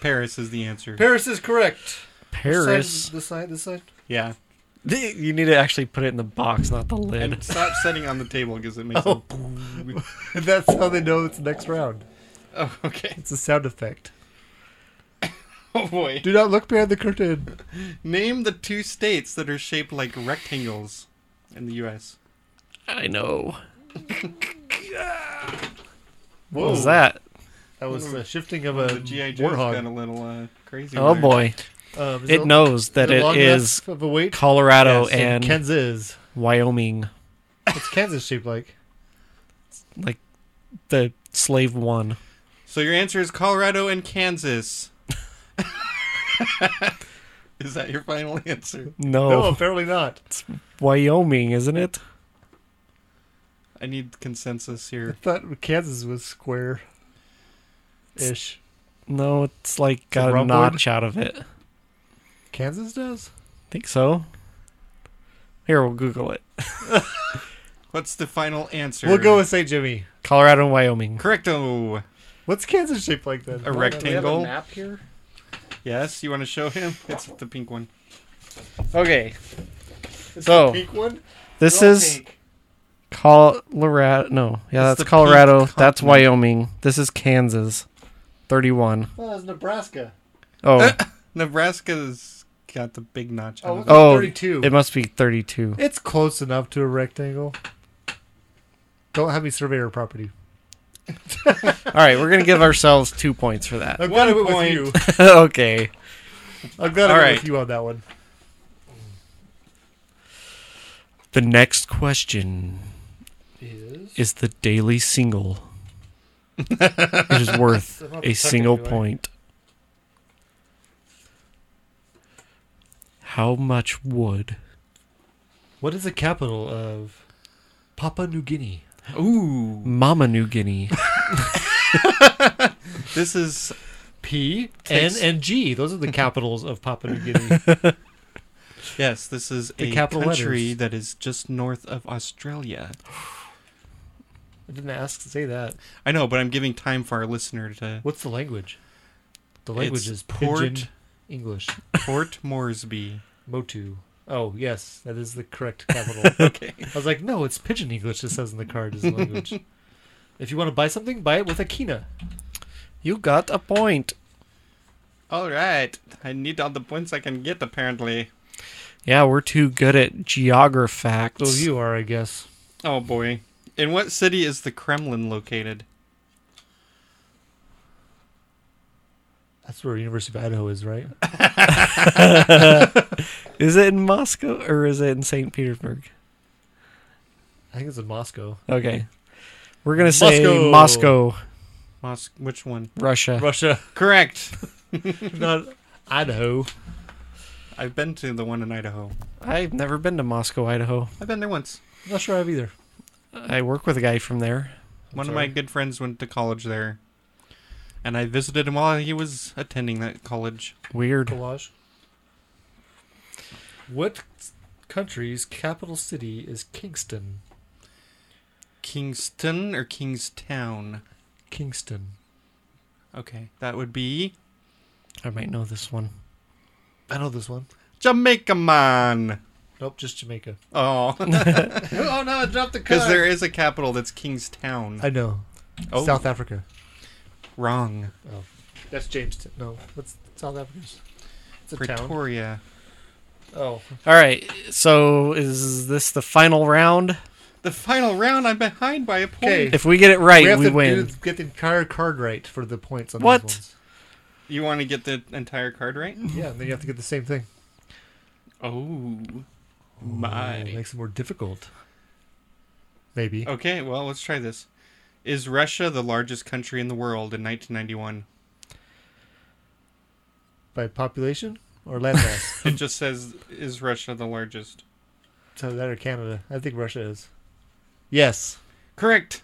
Paris is the answer.
Paris is correct.
Paris.
This side, this side.
yeah.
You need to actually put it in the box, not the lid. Oh. (laughs)
And stop setting on the table because it makes a boom.
(laughs) That's how they know it's next round.
Oh, okay. (laughs)
It's a sound effect.
Oh boy.
Do not look behind the curtain.
Name the two states that are shaped like rectangles in the U.S.
I know.
Whoa.
What was that?
That was the shifting of a
The GI Joe's got a
warthog.
little uh, crazy.
Oh
there.
boy.
Um, is
It knows that
it
it
long
is
enough of a wait?
Colorado
Yes,
and
Kansas.
Wyoming.
What's Kansas shaped like?
Like the slave one.
So your answer is Colorado and
(laughs)
Kansas. is that your final answer?
No,
No, apparently not.
Wyoming, isn't it?
I need consensus
I
here.
thought Kansas was square ish.
No, it's like
a
got a
rhomboid?
notch out of it.
Kansas does?
Think so. Here, we'll Google it.
What's the final answer?
We'll go with St. Jimmy.
Colorado and Wyoming.
correcto.
What's Kansas shaped like then?
A rectangle.
map here?
Yes, you want to show him? It's the pink one.
Okay. So,
Pink one?
Oh, this is Colorado. No, yeah,
It's the
that's Colorado.
pink
That's
continent.
Wyoming. This is Kansas. 31.
Well, that's Nebraska.
Oh,
(laughs) Nebraska's got the big notch.
Oh,
on it.
okay.
oh
32.
it must be 32.
It's close enough to a rectangle. Don't have me survey your property.
All right, we're going to give ourselves two points for that.
I'm glad I
One
went with you.
(laughs) okay.
I'm glad I
All
went
right.
with you on that one.
The next question is, the daily single. it is
(laughs)
worth
They're not
a
the
single
second, do I?
point. How much wood?
What is the capital of Papua New Guinea?
Ooh,
Mama New Guinea.
this is
P, N,
Takes-
and G. Those
(laughs)
are the capitals of Papua New Guinea.
yes, this is
The
a
capital
country
letters.
that is just north of Australia.
I didn't ask to say that.
I know, but I'm giving time for our listener to
What's the language? The language
It's
is
Port-
Pidgin English.
Port Moresby.
Motu. Oh, yes, that is the
(laughs)
correct capital.
Okay.
I was like, no,
(laughs)
it's Pidgin English, it says in the card is the language. if you want to buy something, buy it with a kina.
You got a point.
All right. I need all the points I can get, apparently.
Yeah, we're too good at geographacs.
Oh, you are, I guess.
Oh, boy. In what city is the Kremlin located?
That's where University of Idaho is, right?
(laughs) is it in Moscow or is it in St. Petersburg?
I think it's in Moscow.
Okay. We're going to say Moscow.
Mos- which one?
Russia.
Russia. (laughs)
Correct.
Not Idaho.
I've been to the one in Idaho.
I've never been to Moscow, Idaho.
I've been there once.
Not sure I've either.
I work with a guy from there.
One of my good friends went to college there, and I visited him while he was attending that college.
Weird.
Collage. What country's capital city is Kingston?
Kingston or Kingstown?
Kingston.
Okay, that would be
I might know this one.
I know this one.
Jamaica Man.
Nope, just Jamaica. (laughs)
Oh,
oh no, I dropped the
because there is a capital that's Kingstown.
I know.
Oh.
South Africa.
Wrong.
Oh. That's Jamestown. No, that's South Africa's. It's a town.
Pretoria.
Oh.
All right. So is this the final round?
The final round, I'm behind by a point.
Okay.
If we get it right,
we
we,
have to
win.
do- get the entire card right for the points on
What?
these
You want to get the entire card right?
ones. Yeah, and then you have to get the same thing.
Oh,
Ooh,
my.
makes it more difficult. Maybe.
Okay, well, let's try this. Is Russia the largest country in the world in 1991?
By population or (laughs) landmass?
It just says, is Russia the largest?
so that or Canada. I think Russia is. Yes.
Correct.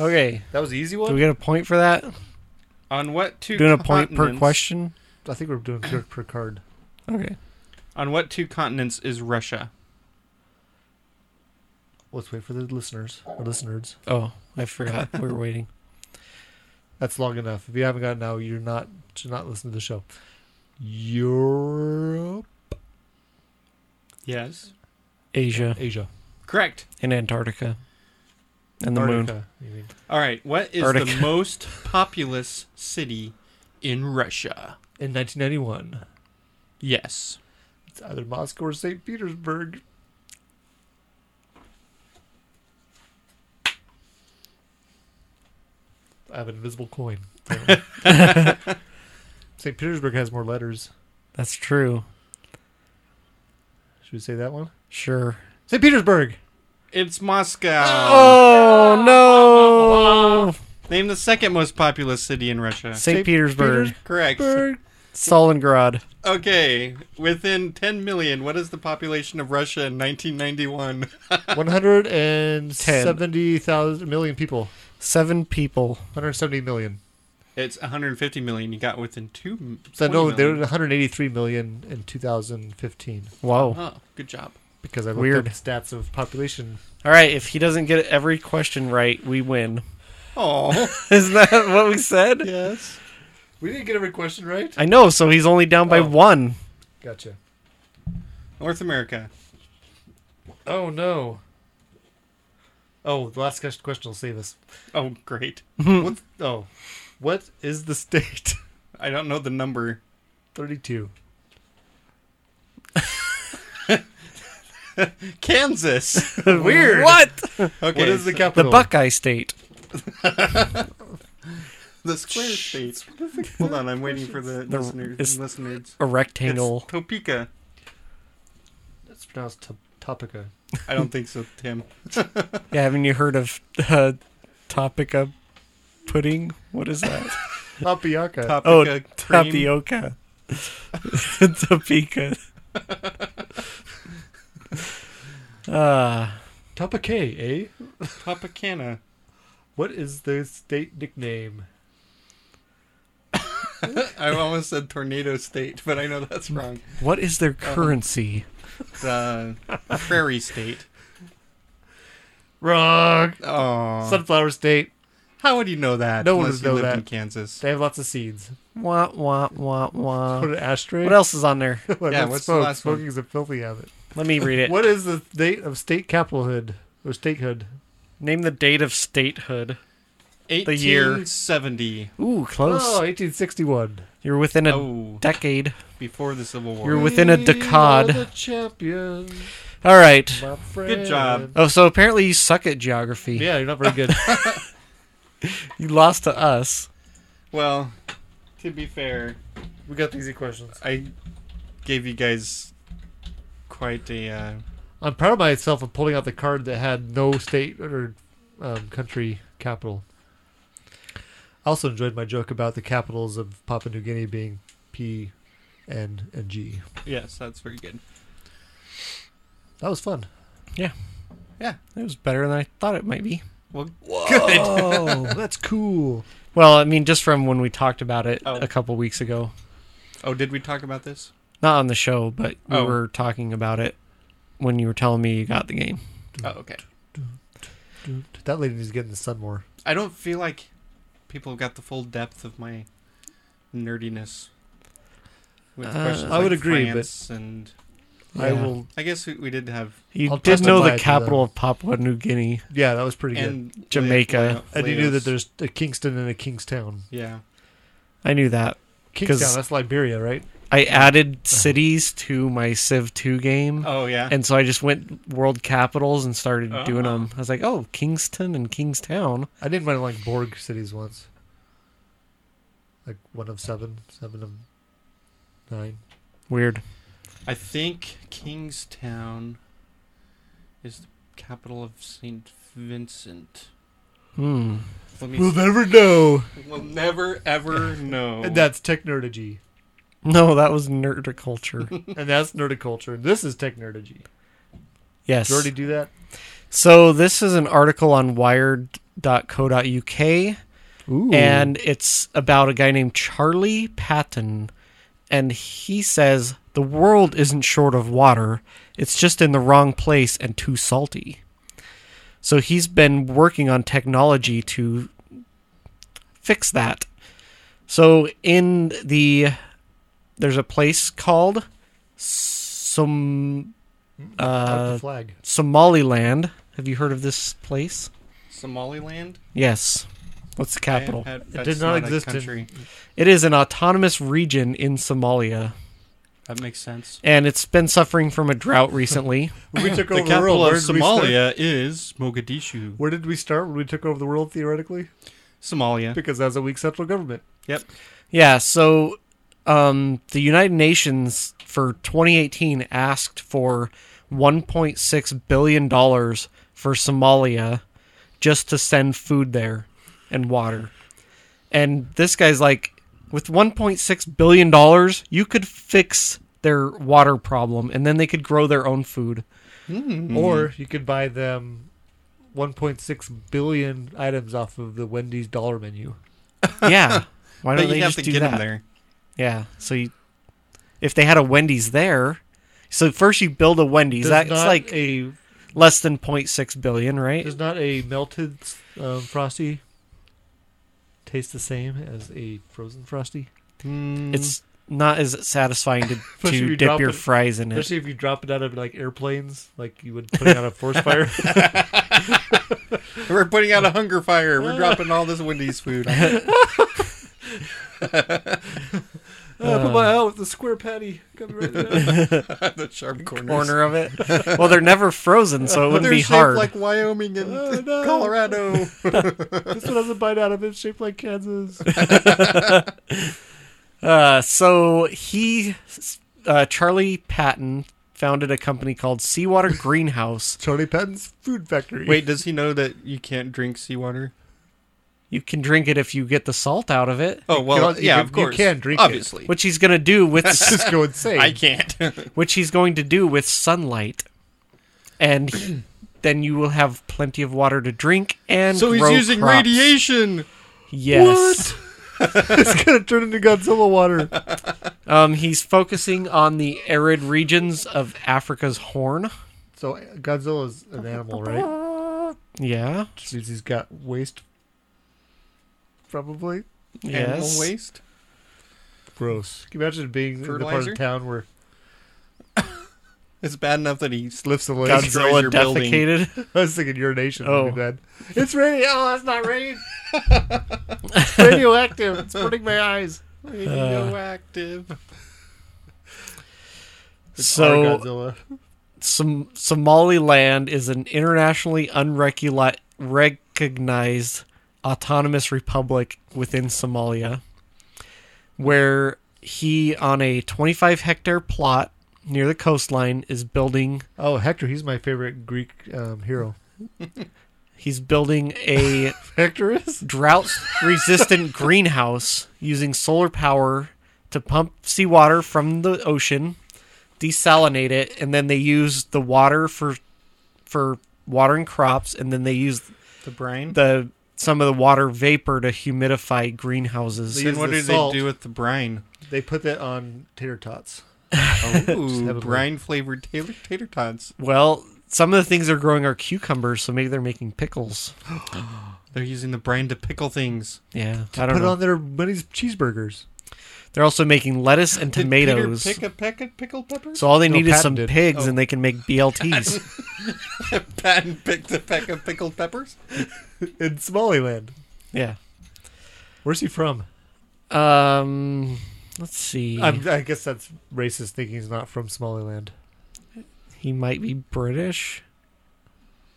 Okay.
That was the easy
Do
one?
we get a point
(laughs)
for that?
On what two
Doing a point per
continents-
question?
I think we're doing per, per card.
Okay.
On what two continents is Russia?
Let's wait for the listeners. Or listeners.
Oh, I forgot. we were waiting.
That's long enough. If you haven't got it now, you're not should not listen to the show. Europe,
Yes.
Asia
Asia,
Correct.
and Antarctica and the moon.
Antarctica, you mean.
All right. What is
Arctic.
the most populous city in Russia?
In 1991,
Yes.
it's either Moscow or St. Petersburg. I have an invisible coin.
(laughs)
(laughs) St. Petersburg has more letters.
That's true.
Should we say that one?
Sure.
St. Petersburg.
It's Moscow.
Oh no!
Name the second most populous city in Russia.
St. Petersburg,
Correct.
Stalingrad.
Okay. Within 10 million, what is the population of Russia in 1991?
170,000 million people.
Seven people.
170 million.
It's 150 million. You got within two. m-
So
20
no, there were
million.
183 million in 2015
Wow.
Oh, good job.
because I looked
Weird.
up stats of population.
All right. If he doesn't get every question right, we win.
Oh,
Isn't that what we said?
Yes. We didn't get every question right.
I know. So he's only down by
Oh.
one.
Gotcha.
North America.
Oh no. Oh, the last ques- question will save us.
Oh, great.
What? Oh, what is the state? (laughs)
I don't know the number.
32.
Kansas.
Weird. What?
(laughs) Okay.
What is the
so
The
capital?
Buckeye State.
the square state? Hold on, I'm waiting for the,
The-
listeners.
it's-
listeners.
A
It's
rectangle.
Topeka.
It's pronounced to- Topica.
I don't think so, Tim.
yeah. Haven't you heard of uh, Topica pudding? What is that?
Topiaca.
Topica.
oh,
cream.
tapioca. (laughs) Topeka. Uh,
Topica, eh?
Topicana.
What is the state nickname?
I almost said tornado state, but I know that's wrong.
what is their currency?
(laughs)
The prairie state.
Wrong.
Oh,
Sunflower state.
how would you know that?
No one
unless
would know
you lived in
that.
Kansas.
They have lots of seeds.
Wah, wah, wah, wah.
Put an ashtray.
What else is on there?
(laughs) Well,
Yeah,
not
what's the
smoke.
last one?
Smoking's a filthy habit.
Let me read it.
What is the date of state capitalhood or statehood?
Name the date of statehood. the year.
1870.
Ooh, close.
Oh, 1861.
You're within a
Oh.
decade.
Before the Civil War.
You're within a
We
decade.
are the champions,
All right.
my
Good job.
friend.
Oh, so apparently you suck at geography.
Yeah, you're not very good.
You lost to us.
Well, to be fair,
we got easy questions.
I gave you guys quite a. Uh,
I'm proud of myself for pulling out the card that had no state or um, country capital. I also enjoyed my joke about the capitals of Papua New Guinea being P and and G.
yes, that's very good.
That was fun.
Yeah.
Yeah.
It was better than I thought it might be.
Well,
Oh, (laughs) that's cool.
Well, I mean, just from when we talked about it
Oh.
a couple weeks ago.
oh, did we talk about this?
Not on the show, but we
Oh.
were talking about it when you were telling me you got the game.
Oh, okay.
That lady needs to get in the sun more.
I don't feel like people have got the full depth of my nerdiness. With
Uh,
questions
I would
like
agree, but-
France and
I
Yeah.
will.
I guess we, we did have
You
I'll
did know
testify
the
to
capital
that.
of Papua New Guinea.
Yeah, that was pretty good.
and Leo-
Jamaica.
And you knew
Leo's-
that there's a Kingston and a Kingstown.
yeah.
I knew that.
Kingstown,
'Cause-
that's Liberia, right?
I added cities to my Civ 2 game.
Oh yeah.
And so I just went world capitals and started
Oh.
doing them. I was like, oh, Kingston and Kingstown.
I did mine like Borg cities once. Like one of seven, seven of nine.
Weird. (laughs)
I think Kingstown is the capital of Saint Vincent.
Hmm.
Let me.
never know.
We'll never ever know.
And that's tech nerdigy.
No, that was nerdiculture.
and that's nerdiculture. This is tech nerdigy.
yes.
Did you already do that?
So this is an article on wired.co.uk
Ooh.
and it's about a guy named Charlie Patton and he says the world isn't short of water, it's just in the wrong place and too salty. So he's been working on technology to fix that. So in the there's a place called some
Out the
uh,
flag.
Somaliland. Have you heard of this place?
Somaliland.
Yes. What's the capital?
I- I-
did
that's
not
a
exist in-
country.
It is an autonomous region in Somalia,
That makes sense.
and it's been suffering from a drought recently.
(laughs) we took over
The
the
capital
world.
of
Where did, we start?
Somalia is Mogadishu.
Where did we start when we took over the world theoretically?
Somalia.
Because that's a weak central government.
Yep.
yeah, so um, the United Nations for 2018 asked for 1.6 billion dollars for Somalia just to send food there and water. And this guy's like, with 1.6 billion dollars, you could fix their water problem, and then they could grow their own food.
Hmm.
Or you could buy them 1.6 billion items off of the Wendy's dollar
(laughs)
menu.
Yeah. Why don't
But
they
you have
just
to
do
get
that?
them there.
Yeah. So you, if they had a Wendy's there, so first you build a Wendy's.
Does
that's
not
like
a
less than 0.6 billion, right?
does not a melted um, frosty taste the same as a frozen frosty? Hmm.
It's not as satisfying
(laughs)
to,
Especially if
to
you
dip
drop
your
it-
fries in it.
Especially if you drop it out of like airplanes, like you would put it out of forest
(laughs)
fire.
(laughs) We're putting out a hunger fire. We're dropping all this Wendy's food. on-
(laughs)
(laughs)
Uh, put my out with the square patty. Got me right there.
(laughs) the sharp corners.
Corner of it. Well, they're never frozen, so it wouldn't
They're
be
shaped
hard.
like Wyoming
(laughs)
and
Oh, no.
Colorado.
this one has a bite out of it, shaped like (laughs) Kansas.
(laughs) Uh, so he, uh, Charlie Patton, founded a company
(laughs)
called Seawater Greenhouse.
Charlie Patton's Food Factory.
(laughs) Wait, does he know that you can't drink seawater?
You can drink it if you get the salt out of it,
Oh well,
can-
yeah,
you
of course.
can drink it.
obviously.
which he's gonna do with
just go insane.
(laughs) I can't.
which he's going to do with sunlight, and he- then you will have plenty of water to drink and
so he's
grow
using
crops.
radiation.
Yes,
(laughs) It's gonna turn into Godzilla water.
um, he's focusing on the arid regions of Africa's Horn.
So Godzilla's an animal, right?
Yeah,
Which means he's got waste. Probably.
Animal
yes.
waste.
Gross. Can you imagine being in the part
Fertilizer?
of town where
It's bad enough that he lifts the
lid.
destroys your building.
(laughs) I was thinking urination
Oh.
would be bad. It's radio. Oh, that's not rain.
(laughs)
It's radioactive. It's burning my eyes.
Radioactive.
our
so,
Godzilla.
Som- Somaliland is an internationally unrecognized autonomous republic within Somalia, where he, on a 25 hectare plot near the coastline, is building.
Oh, Hector, he's my favorite Greek um, hero.
He's building a
Hectorus
drought resistant greenhouse using solar power to pump seawater from the ocean, desalinate it, and then they use the water for for watering crops and then they use
the brine
the some of the water vapor to humidify greenhouses.
Then what do they do with the brine?
They put that on tater
(laughs)
tots. Just have
Oh,
a
brine flavored tater, tater tots.
Well, some of the things they're growing are cucumbers, so maybe they're making pickles.
They're using the brine to pickle things.
Yeah,
To
I don't
put
know.
on their buddy's Oh, cheeseburgers.
they're also making lettuce
(laughs)
and tomatoes.
Did Peter pick a peck of pickled peppers?
so all they
No,
need is some
patented.
pigs,
Oh.
and they can make
(laughs)
BLTs.
Patton picked a peck of pickled peppers.
in Somaliland.
Yeah.
Where's he from?
Um, let's see.
Um,
I'm, I guess that's racist thinking he's not from Somaliland.
he might be British.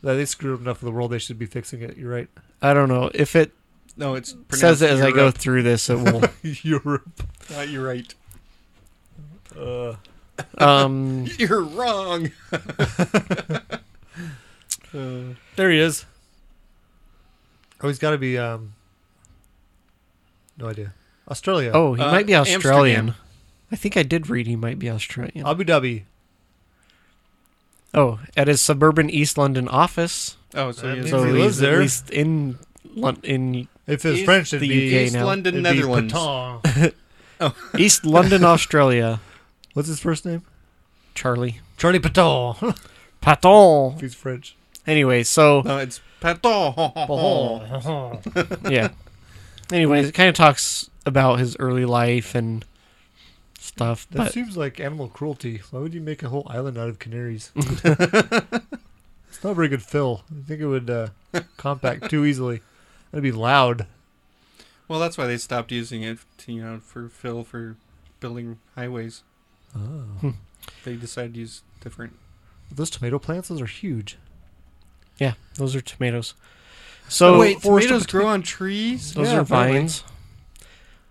That They screwed up enough of the world. They should be fixing it. You're right.
I don't know if it.
No, it's
says
pronounced
it as I go
Europe.
through this.
(laughs)
It will.
Europe.
Uh, you're right.
Uh,
um,
(laughs) you're wrong.
there he is.
Oh, he's got to be. Um, no idea. Australia.
Oh, he
Uh,
might be Australian.
Amsterdam.
I think I did read he might be Australian.
Abu Dhabi.
Oh, at his suburban East London office.
Oh, so
That
he is.
means he
he's
lives
at
there.
least in Lon- in
If it's
East-
French, it'd
the
be
UK
East
now.
London,
it'd be
Netherlands.
Patong. (laughs)
East London, Australia.
What's his first name?
Charlie
Charlie (laughs) Patong. if
Paton.
he's French.
Anyway, so
No, Uh, it's (laughs) Patton.
(laughs)
yeah. Anyways, it kind of talks about his early life and stuff.
That
But
seems like animal cruelty. Why would you make a whole island out of
(laughs)
canaries? it's not a very good fill. I think it would uh, compact too easily. That'd be loud.
Well, that's why they stopped using it, to, you know, for fill for building highways.
Oh.
They decided to use different.
Those tomato plants, those are huge.
yeah, those are tomatoes. So
Oh, wait,
forest
tomatoes
of-
grow on trees.
those
yeah,
are
apparently.
vines.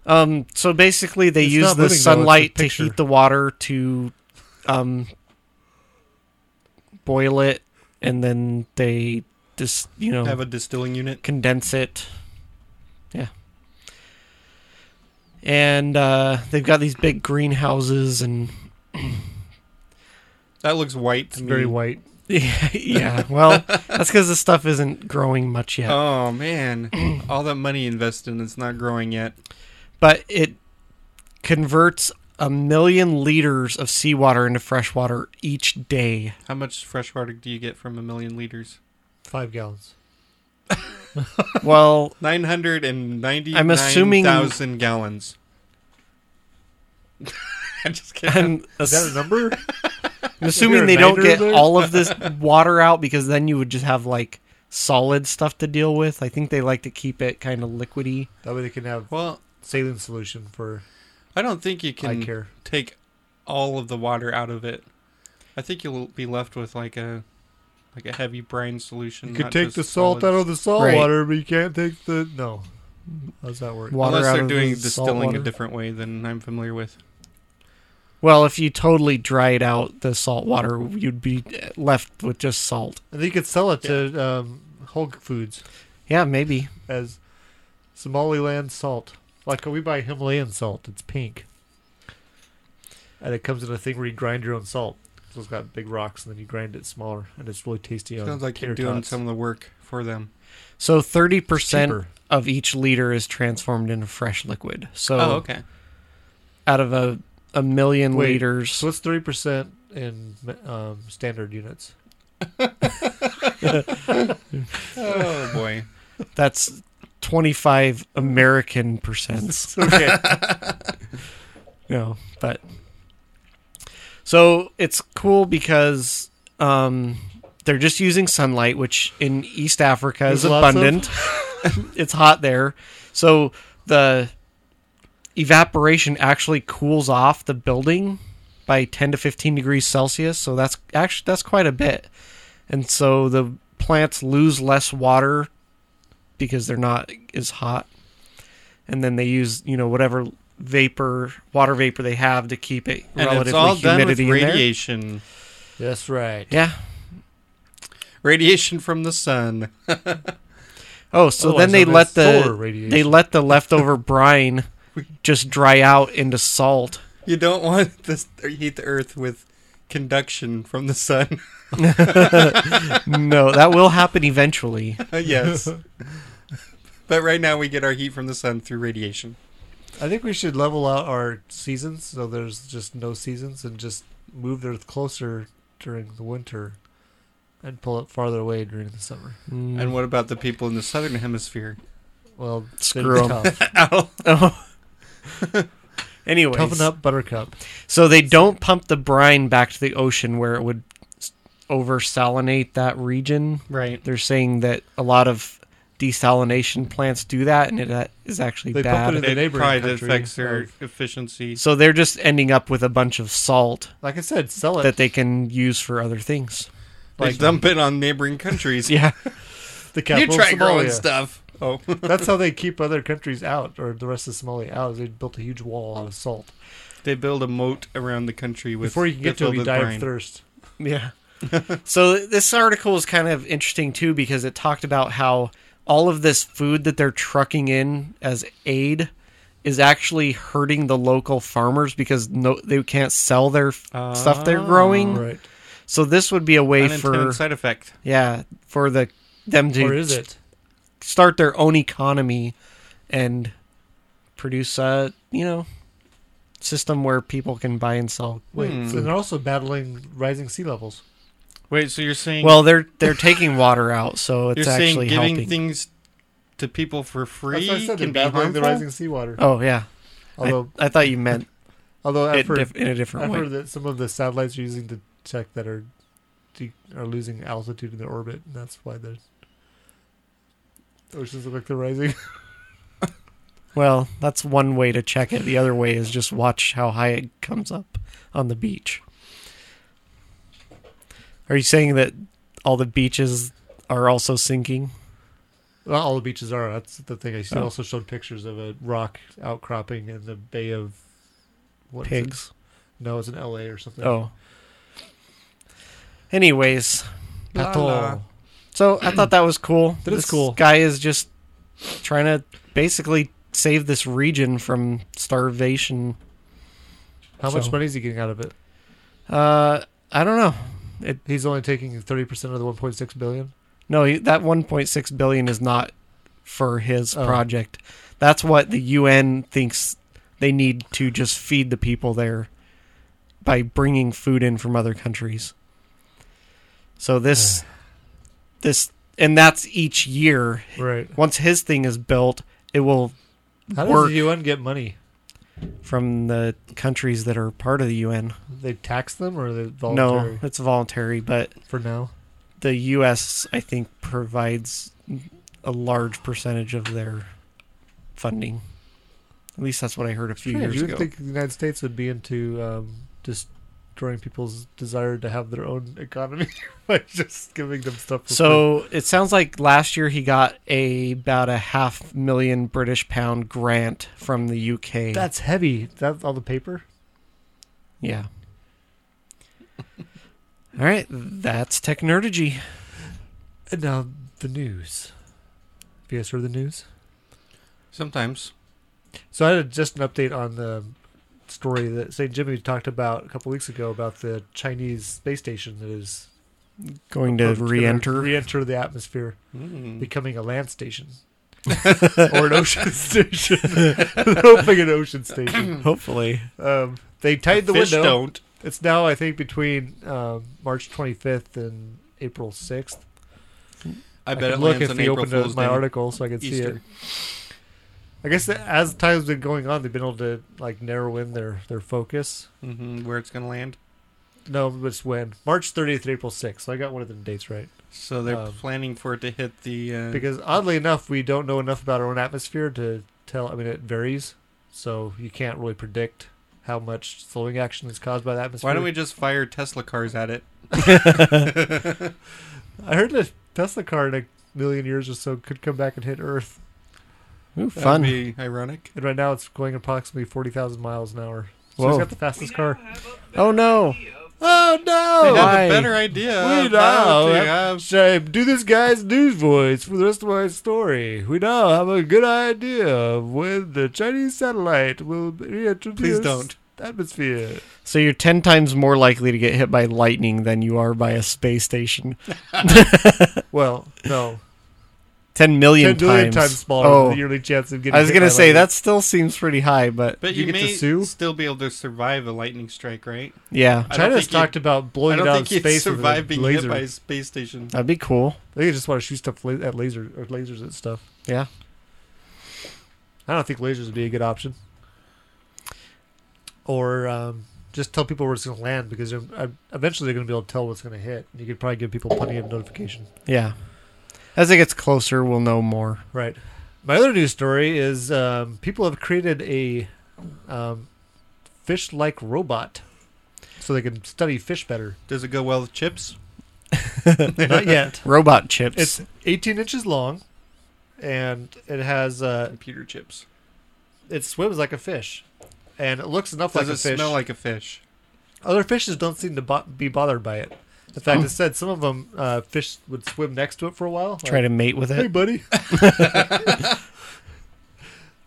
Um, so basically, they
It's
use
not
the
moving, though, it's a
sunlight to
picture.
heat the water to um, boil it, and then they just you know
Have a distilling unit.
condense it. Yeah. And uh, they've got these big greenhouses and
That looks white to
It's
me.
very (laughs) white.
yeah. (laughs) Well, that's because the stuff isn't growing much yet.
Oh man, all that money invested and it's not growing yet.
but it converts a million liters of seawater into fresh water each day.
How much fresh water do you get from a million liters?
Five gallons. (laughs)
Well,
Nine hundred and ninety.
I'm assuming-
thousand gallons. I'm just kidding.
I'm,
Is that a number?
I'm assuming
a
they don't
niter
get
there?
all
(laughs)
of this water out because then you would just have like solid stuff to deal with. I think they like to keep it kind of liquidy.
that way they can have
Well,
saline solution for
I don't think you
eye
can
care.
take all of the water out of it. I think you'll be left with like a like a heavy brine solution.
You could
not
take
just
the salt out
solids.
of the salt
Right.
water, but you can't take the no. How's that work?
Water
unless
out
they're
of
doing
the salt
distilling a
water.
different way than I'm familiar with.
Well, if you totally dried out the salt water, you'd be left with just salt.
And you could sell it to um, Whole Foods
Yeah, maybe.
as Somaliland salt. Like we buy Himalayan salt. It's pink, and it comes in a thing where you grind your own salt. So it's got big rocks, and then you grind it smaller, and it's really tasty. on
Sounds like you're
tater
doing
tots.
some of the work for them.
So 30%
Cheaper.
of each liter is transformed into fresh liquid. So
Oh, okay.
out of a, a million
Wait,
liters.
So what's thirty percent in um, standard units?
Oh boy.
That's 25
(laughs)
American (laughs) percents.
Okay.
no, but So it's cool because um, they're just using sunlight, which in East Africa is
There's lots of-
abundant. (laughs) it's hot there. So the evaporation actually cools off the building by 10 to 15 degrees Celsius. So that's actually that's quite a bit. And so the plants lose less water uh, because they're not as hot. And then they use, you know, whatever vapor, water vapor they have to keep it
And
relatively
it's all done with
humidity in there.
radiation.
That's right.
Yeah.
Radiation from the sun.
Oh, so
Otherwise
then they
known
let
as solar
the
radiation.
they let the
(laughs)
leftover brine just dry out into salt.
You don't want (laughs) this or heat the earth with conduction from the sun. (laughs)
no, that will happen
(laughs)
eventually.
yes. But right now we get our heat from the sun through radiation.
I think we should level out our seasons so there's just no seasons and just move the Earth closer during the winter and pull it farther away during the summer.
Mm.
And what about the people in the southern hemisphere?
Well,
Screw 'em. (laughs)
Ow.
Oh. Anyways,
Toughen up, Buttercup.
So they don't pump the brine back to the ocean where it would s- oversalinate that region.
Right.
They're saying that a lot of desalination plants do that, and it uh, is actually
They pump
bad.
it in the neighboring
Probably
country
affects their
of-
efficiency.
So they're just ending up with a bunch of salt.
Like I said, sell it.
that they can use for other things.
They dump it on neighboring
(laughs)
countries.
yeah.
The capital
you try
of
growing
Somalia.
stuff. Oh,
That's how
(laughs)
they keep other countries out or the rest of Somalia out. is They built a huge wall out of salt.
They build a moat around the country with
Before you can
they
get to
fill
it, you
with
die of
brine.
thirst.
(laughs) Yeah. so this article is kind of interesting too because it talked about how all of this food that they're trucking in as aid is actually hurting the local farmers because no they can't sell their f- stuff they're growing.
Ah, Right.
So this would be a way for
Unintended side effect.
Yeah, for the them to
Or is it?
start their own economy and produce a, you know, system where people can buy and sell
Wait,
Hmm.
so they're also battling rising sea levels.
Wait, so you're saying
Well, they're they're taking water out, so it's
you're saying
actually
giving
helping.
things to people for free
That's what I said. They're
can be
battling
harmful?
the rising seawater.
oh yeah.
Although-
Although I, I thought
(laughs)
you meant
Although I've
it
heard
dif- in a different
I've
way.
heard that some of the satellites are using to check that are de- are losing altitude in their orbit, and that's why the oceans look like they're rising. (laughs)
Well, that's one way to check it. The other way is just watch how high it comes up on the beach. Are you saying that all the beaches are also sinking?
Not all the beaches are. That's the thing. I
Oh.
also showed pictures of a rock outcropping in the Bay of what is it?
Pigs.
No, it's in L.A. or something.
Oh. Anyways,
La
Pato.
la.
So I thought that was cool.
(clears throat) That is
This
cool.
Guy is just trying to basically save this region from starvation.
How much
So-
money is he getting out of it?
Uh, I don't know. It
He's only taking thirty percent of the one point six billion.
no, he- that 1.6 billion is not for his
Oh.
project. That's what the UN thinks they need to just feed the people there by bringing food in from other countries.
(sighs)
So this this and that's each year.
Right.
Once his thing is built, it will
How does
work
the UN get money?
from the countries that are part of the UN.
They tax them, or they voluntary?
No, it's voluntary, but
For now,
the U.S. I think provides a large percentage of their funding. At least that's what I heard a few
Yeah,
years
you would
ago.
think the United States would be into um, destroying people's desire to have their own economy (laughs) by just giving them stuff. for free.
so it sounds like last year he got a about a half million British pound grant from the U.K.
that's heavy. That's all the paper.
yeah. All right, that's tech nerdigy.
And now the news. Have you guys heard the news?
Sometimes.
So I had just an update on the story that St. Jimmy talked about a couple weeks ago about the Chinese space station that is
Going to
gonna
re-enter.
re-enter the atmosphere,
Mm.
becoming a land
(laughs)
station or an ocean (laughs) station. They're hoping an ocean
(clears throat)
station.
Hopefully,
Um, they tied the,
Fish
window.
don't.
It's now, I think, between um, March 25th and April 6th.
I bet
could
it
look
lands
if
on
we
April
opened up
Fool's
my
Day.
article so I could see it.
Easter.
I guess that as time's been going on, they've been able to like narrow in their their focus.
hmm Where Mm-hmm. it's going to land.
No, it's when March 30th, and April 6th. So I got one of the dates right. Um,
So they're planning for it to hit the uh,
because oddly enough, we don't know enough about our own atmosphere to tell. I mean, it varies, so you can't really predict how much slowing action is caused by the atmosphere.
Why don't we just fire Tesla cars at it?
I heard that Tesla car in a million years or so could come back and hit Earth.
Ooh, That'd fun. be ironic.
And right now, it's going approximately forty thousand miles an hour. So
Whoa.
it's got the fastest car.
Oh no!
Oh no!
They have a
Why?
better idea
We
of
know.
how to
How do this guy's news voice for the rest of my story. We now have a good idea of when the Chinese satellite will reintroduce
Please don't.
atmosphere.
So you're ten times more likely to get hit by lightning than you are by a space station. (laughs)
Well, no.
ten million
10 million
times.
times smaller
oh.
than the yearly chance of getting
I was
hit
gonna
by
say
lightning.
that still seems pretty high, but,
But you, may still be able to survive a lightning strike, right?
Yeah.
I don't
China's
think you'd-
talked about blowing
I
it
don't
out
think
of
you'd
space with a
survive being
laser.
hit by a space station.
That'd be cool.
They just want to shoot stuff la- at laser or lasers at stuff.
Yeah.
I don't think lasers would be a good option. Or um, just tell people where it's going to land because they're- uh, eventually they're going to be able to tell what's going to hit. You could probably give people plenty of notification.
Yeah. As it gets closer, we'll know more.
Right. My other news story is um, people have created a um, fish-like robot so they can study fish
(laughs)
better.
Does it go well with chips?
Not yet.
Robot chips.
It's 18 inches long, and it has uh,
computer chips.
It swims like a fish, and it looks enough
Does
like
it
a fish.
smell like a fish?
Other fishes don't seem to bo- be bothered by it. In
Oh.
fact, it said some of them uh, fish would swim next to it for a while,
Try to mate with it.
Hey,
(laughs)
buddy. (laughs)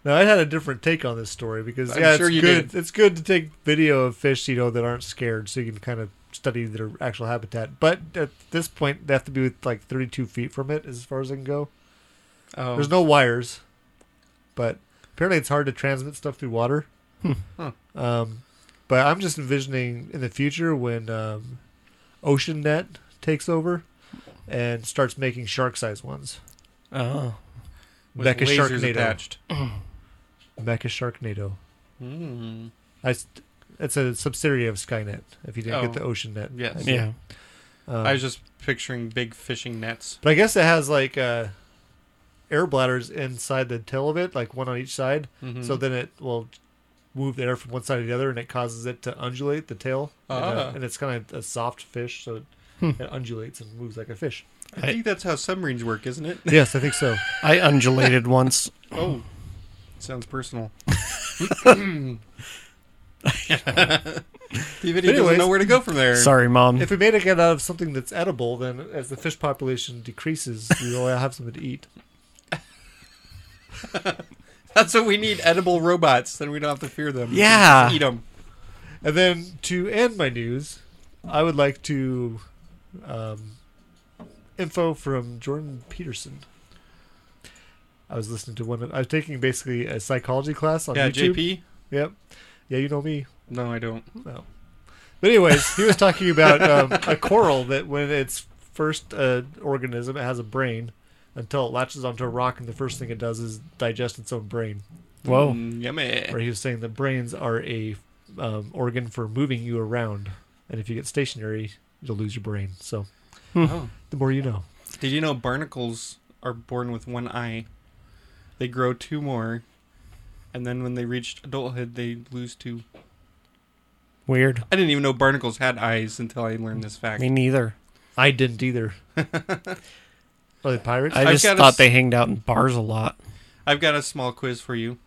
now I had a different take on this story because
I'm
yeah,
sure
it's
you
good. It's good to take video of fish you know that aren't scared, so you can kind of study their actual habitat. But at this point, they have to be with like 32 feet from it as far as they can go.
Oh.
There's no wires, but apparently it's hard to transmit stuff through water.
Hmm.
Huh.
Um, but I'm just envisioning in the future when um, OceanNet takes over and starts making shark-sized ones.
Oh.
With
Mecha
lasers
Sharknado.
attached.
Mecha Sharknado.
Mm.
I st- it's a subsidiary of Skynet. If you didn't get the
Oh,
OceanNet,
Yes.
idea. Um,
I was just picturing big fishing nets.
But I guess it has like uh, air bladders inside the tail of it, like one on each side.
Mhm.
So then it will move the air from one side to the other, and it causes it to undulate the tail. And, uh,
Ah.
and it's kind of a soft fish, so it,
Hmm.
it undulates and moves like a fish.
I think that's how submarines work, isn't it?
(laughs) Yes, I think (laughs) so.
I undulated once.
Oh, (laughs) sounds (laughs) personal. DVD doesn't
Anyways-
know where to go from there.
Sorry, Mom.
If we made it get out of something that's edible, then as the fish population decreases, we will have something to eat.
That's what we need: edible robots. Then we don't have to fear them. We can
Yeah.
just eat them.
And then to end my news, I would like to um, info from Jordan Peterson. I was listening to one. Of, I was taking basically a psychology class on
Yeah,
YouTube.
JP?
Yep. Yeah, you know me.
No, I don't.
No. But anyways, he was talking about um, a coral that when it's first uh, organism, it has a brain until it latches onto a rock, and the first thing it does is digest its own brain. Oh.
Whoa.
Mm, yummy.
Where he was saying that brains are a um, organ for moving you around, and if you get stationary, you'll lose your brain. So
Hmm.
Oh.
the more you know.
Did you know barnacles are born with one eye? They grow two more, and then when they reach adulthood, they lose two.
Weird.
I didn't even know barnacles had eyes until I learned this fact.
Me neither.
I didn't
(laughs)
either. Are they pirates?
I
I've
just
got a
thought
s-
they hanged out in bars a lot.
I've got a small quiz for you,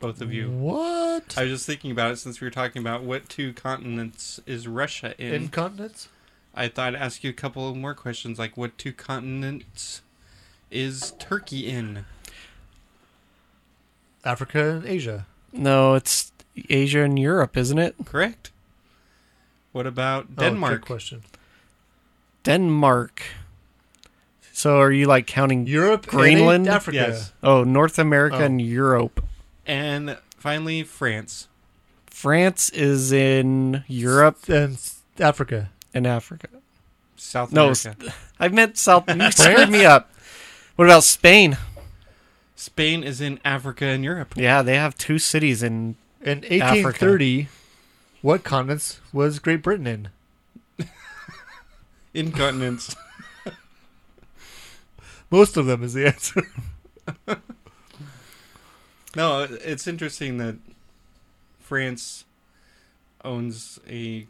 both of
Mm.
you.
What?
I was just thinking about it since we were talking about what two continents is Russia in.
Incontinence?
I thought I'd ask you a couple more questions, like what two continents is Turkey in?
Africa and Asia.
No, it's Asia and Europe, isn't it?
Correct. What about
Oh, good
Denmark?
question.
Denmark. So are you like counting
Europe,
Greenland,
and Africa?
Yes.
Oh, North America
Oh.
and Europe.
and finally, France.
France is in Europe
And Africa.
and Africa.
South
No, s-
America.
I meant South. You screwed me up. What about Spain?
Spain is in Africa and Europe.
Yeah, they have two cities in
In
Africa.
1830, what continents was Great Britain in? (laughs)
Incontinence.
Most of them is the answer.
No, it's interesting that France owns a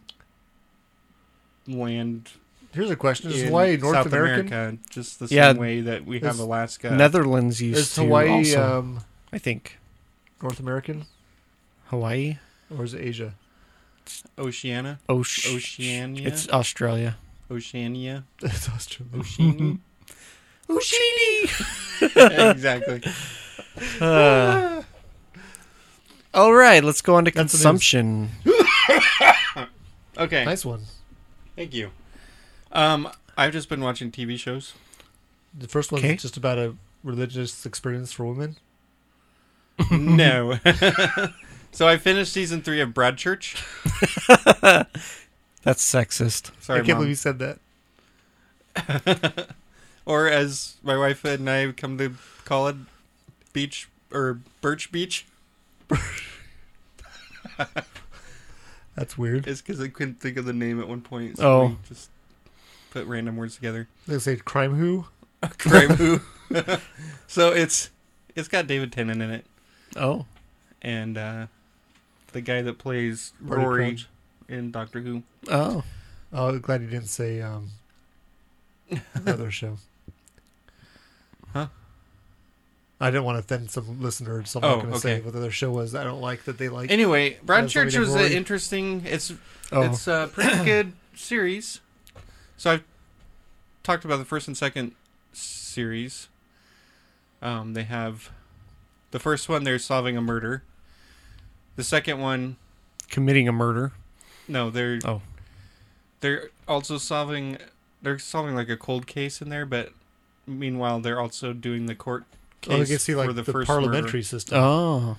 land.
Here's a question: Is
in
Hawaii North
South
American?
America just the same
Yeah,
way that we have
is
Alaska?
Netherlands used
Is
to
Hawaii,
also,
um,
I think
North American,
Hawaii,
or is it Asia?
Oceania.
Oh,
Osh-
Oceania.
It's Australia.
Oceania.
(laughs) It's Australia.
(laughs)
Oceania.
Oceania.
exactly.
Uh, all right, let's go on to consumption.
Okay.
Nice one.
Thank you. Um, I've just been watching TV shows.
The first one's
Okay.
just about a religious experience for women.
(laughs)
no. so I finished season three of Bradchurch.
(laughs) That's sexist.
Sorry,
I can't
Mom.
believe you said that.
or as my wife and I come to call it, beach or Birch Beach,
That's weird.
is because I couldn't think of the name at one point.
Oh.
we just put random
(laughs)
words together.
They say crime who?
Crime. (laughs) so it's it's got David Tennant in it,
Oh,
and uh, the guy that plays
Barty
Rory
Crouch.
in Doctor Who.
oh,
Oh, I'm glad you didn't say um,
(laughs)
another show.
Huh?
I didn't want to offend some listener, so I'm
Oh,
not going to say
okay.
what the other show was. I don't like that they like.
Anyway,
That's what we
Broadchurch
did,
was an
Rory.
interesting. It's
Oh.
it's a
(clears throat)
pretty good series. So I've talked about the first and second series. Um, they have the first one. They're solving a murder. The second one,
committing a murder.
no, they're
Oh.
they're also solving. They're solving like a cold case in there, but meanwhile they're also doing the court case
Oh, I guess see like
for
the,
the, first
parliamentary
murder.
system
Oh,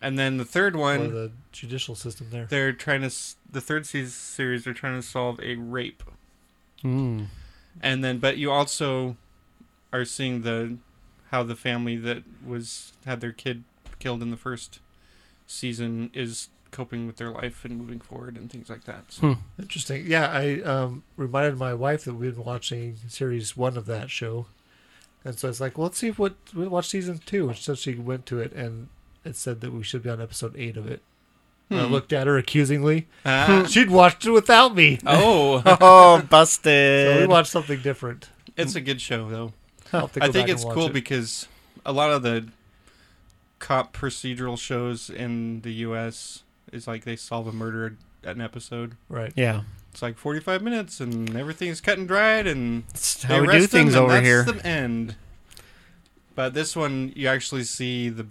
And then the third
or
one,
the judicial system there.
they're trying to s- the third se- series they're trying to solve a rape
Hmm.
and then but you also are seeing the how the family that was had their kid killed in the first season is coping with their life and moving forward and things like that so,
Interesting. Yeah, I um, reminded my wife that we'd been watching series one of that show, and so I was like, well, "Let's see if what we watch season two. And so she went to it, and it said that we should be on episode eight of it. And I
Hmm.
looked at her accusingly.
Ah.
(laughs) She'd watched it without me. (laughs)
oh (laughs)
oh,
So we
busted.
watched something different.
it's a good show though
I'll have to
i
go
think
back and
it's
watch
cool
it.
because a lot of the cop procedural shows in the us is like they solve a murder at an episode
right.
yeah,
it's like 45 minutes and everything's cut and dried and
that's
They
how we do
arrest them,
things
and
over
that's
here.
The end. But this one, you actually see the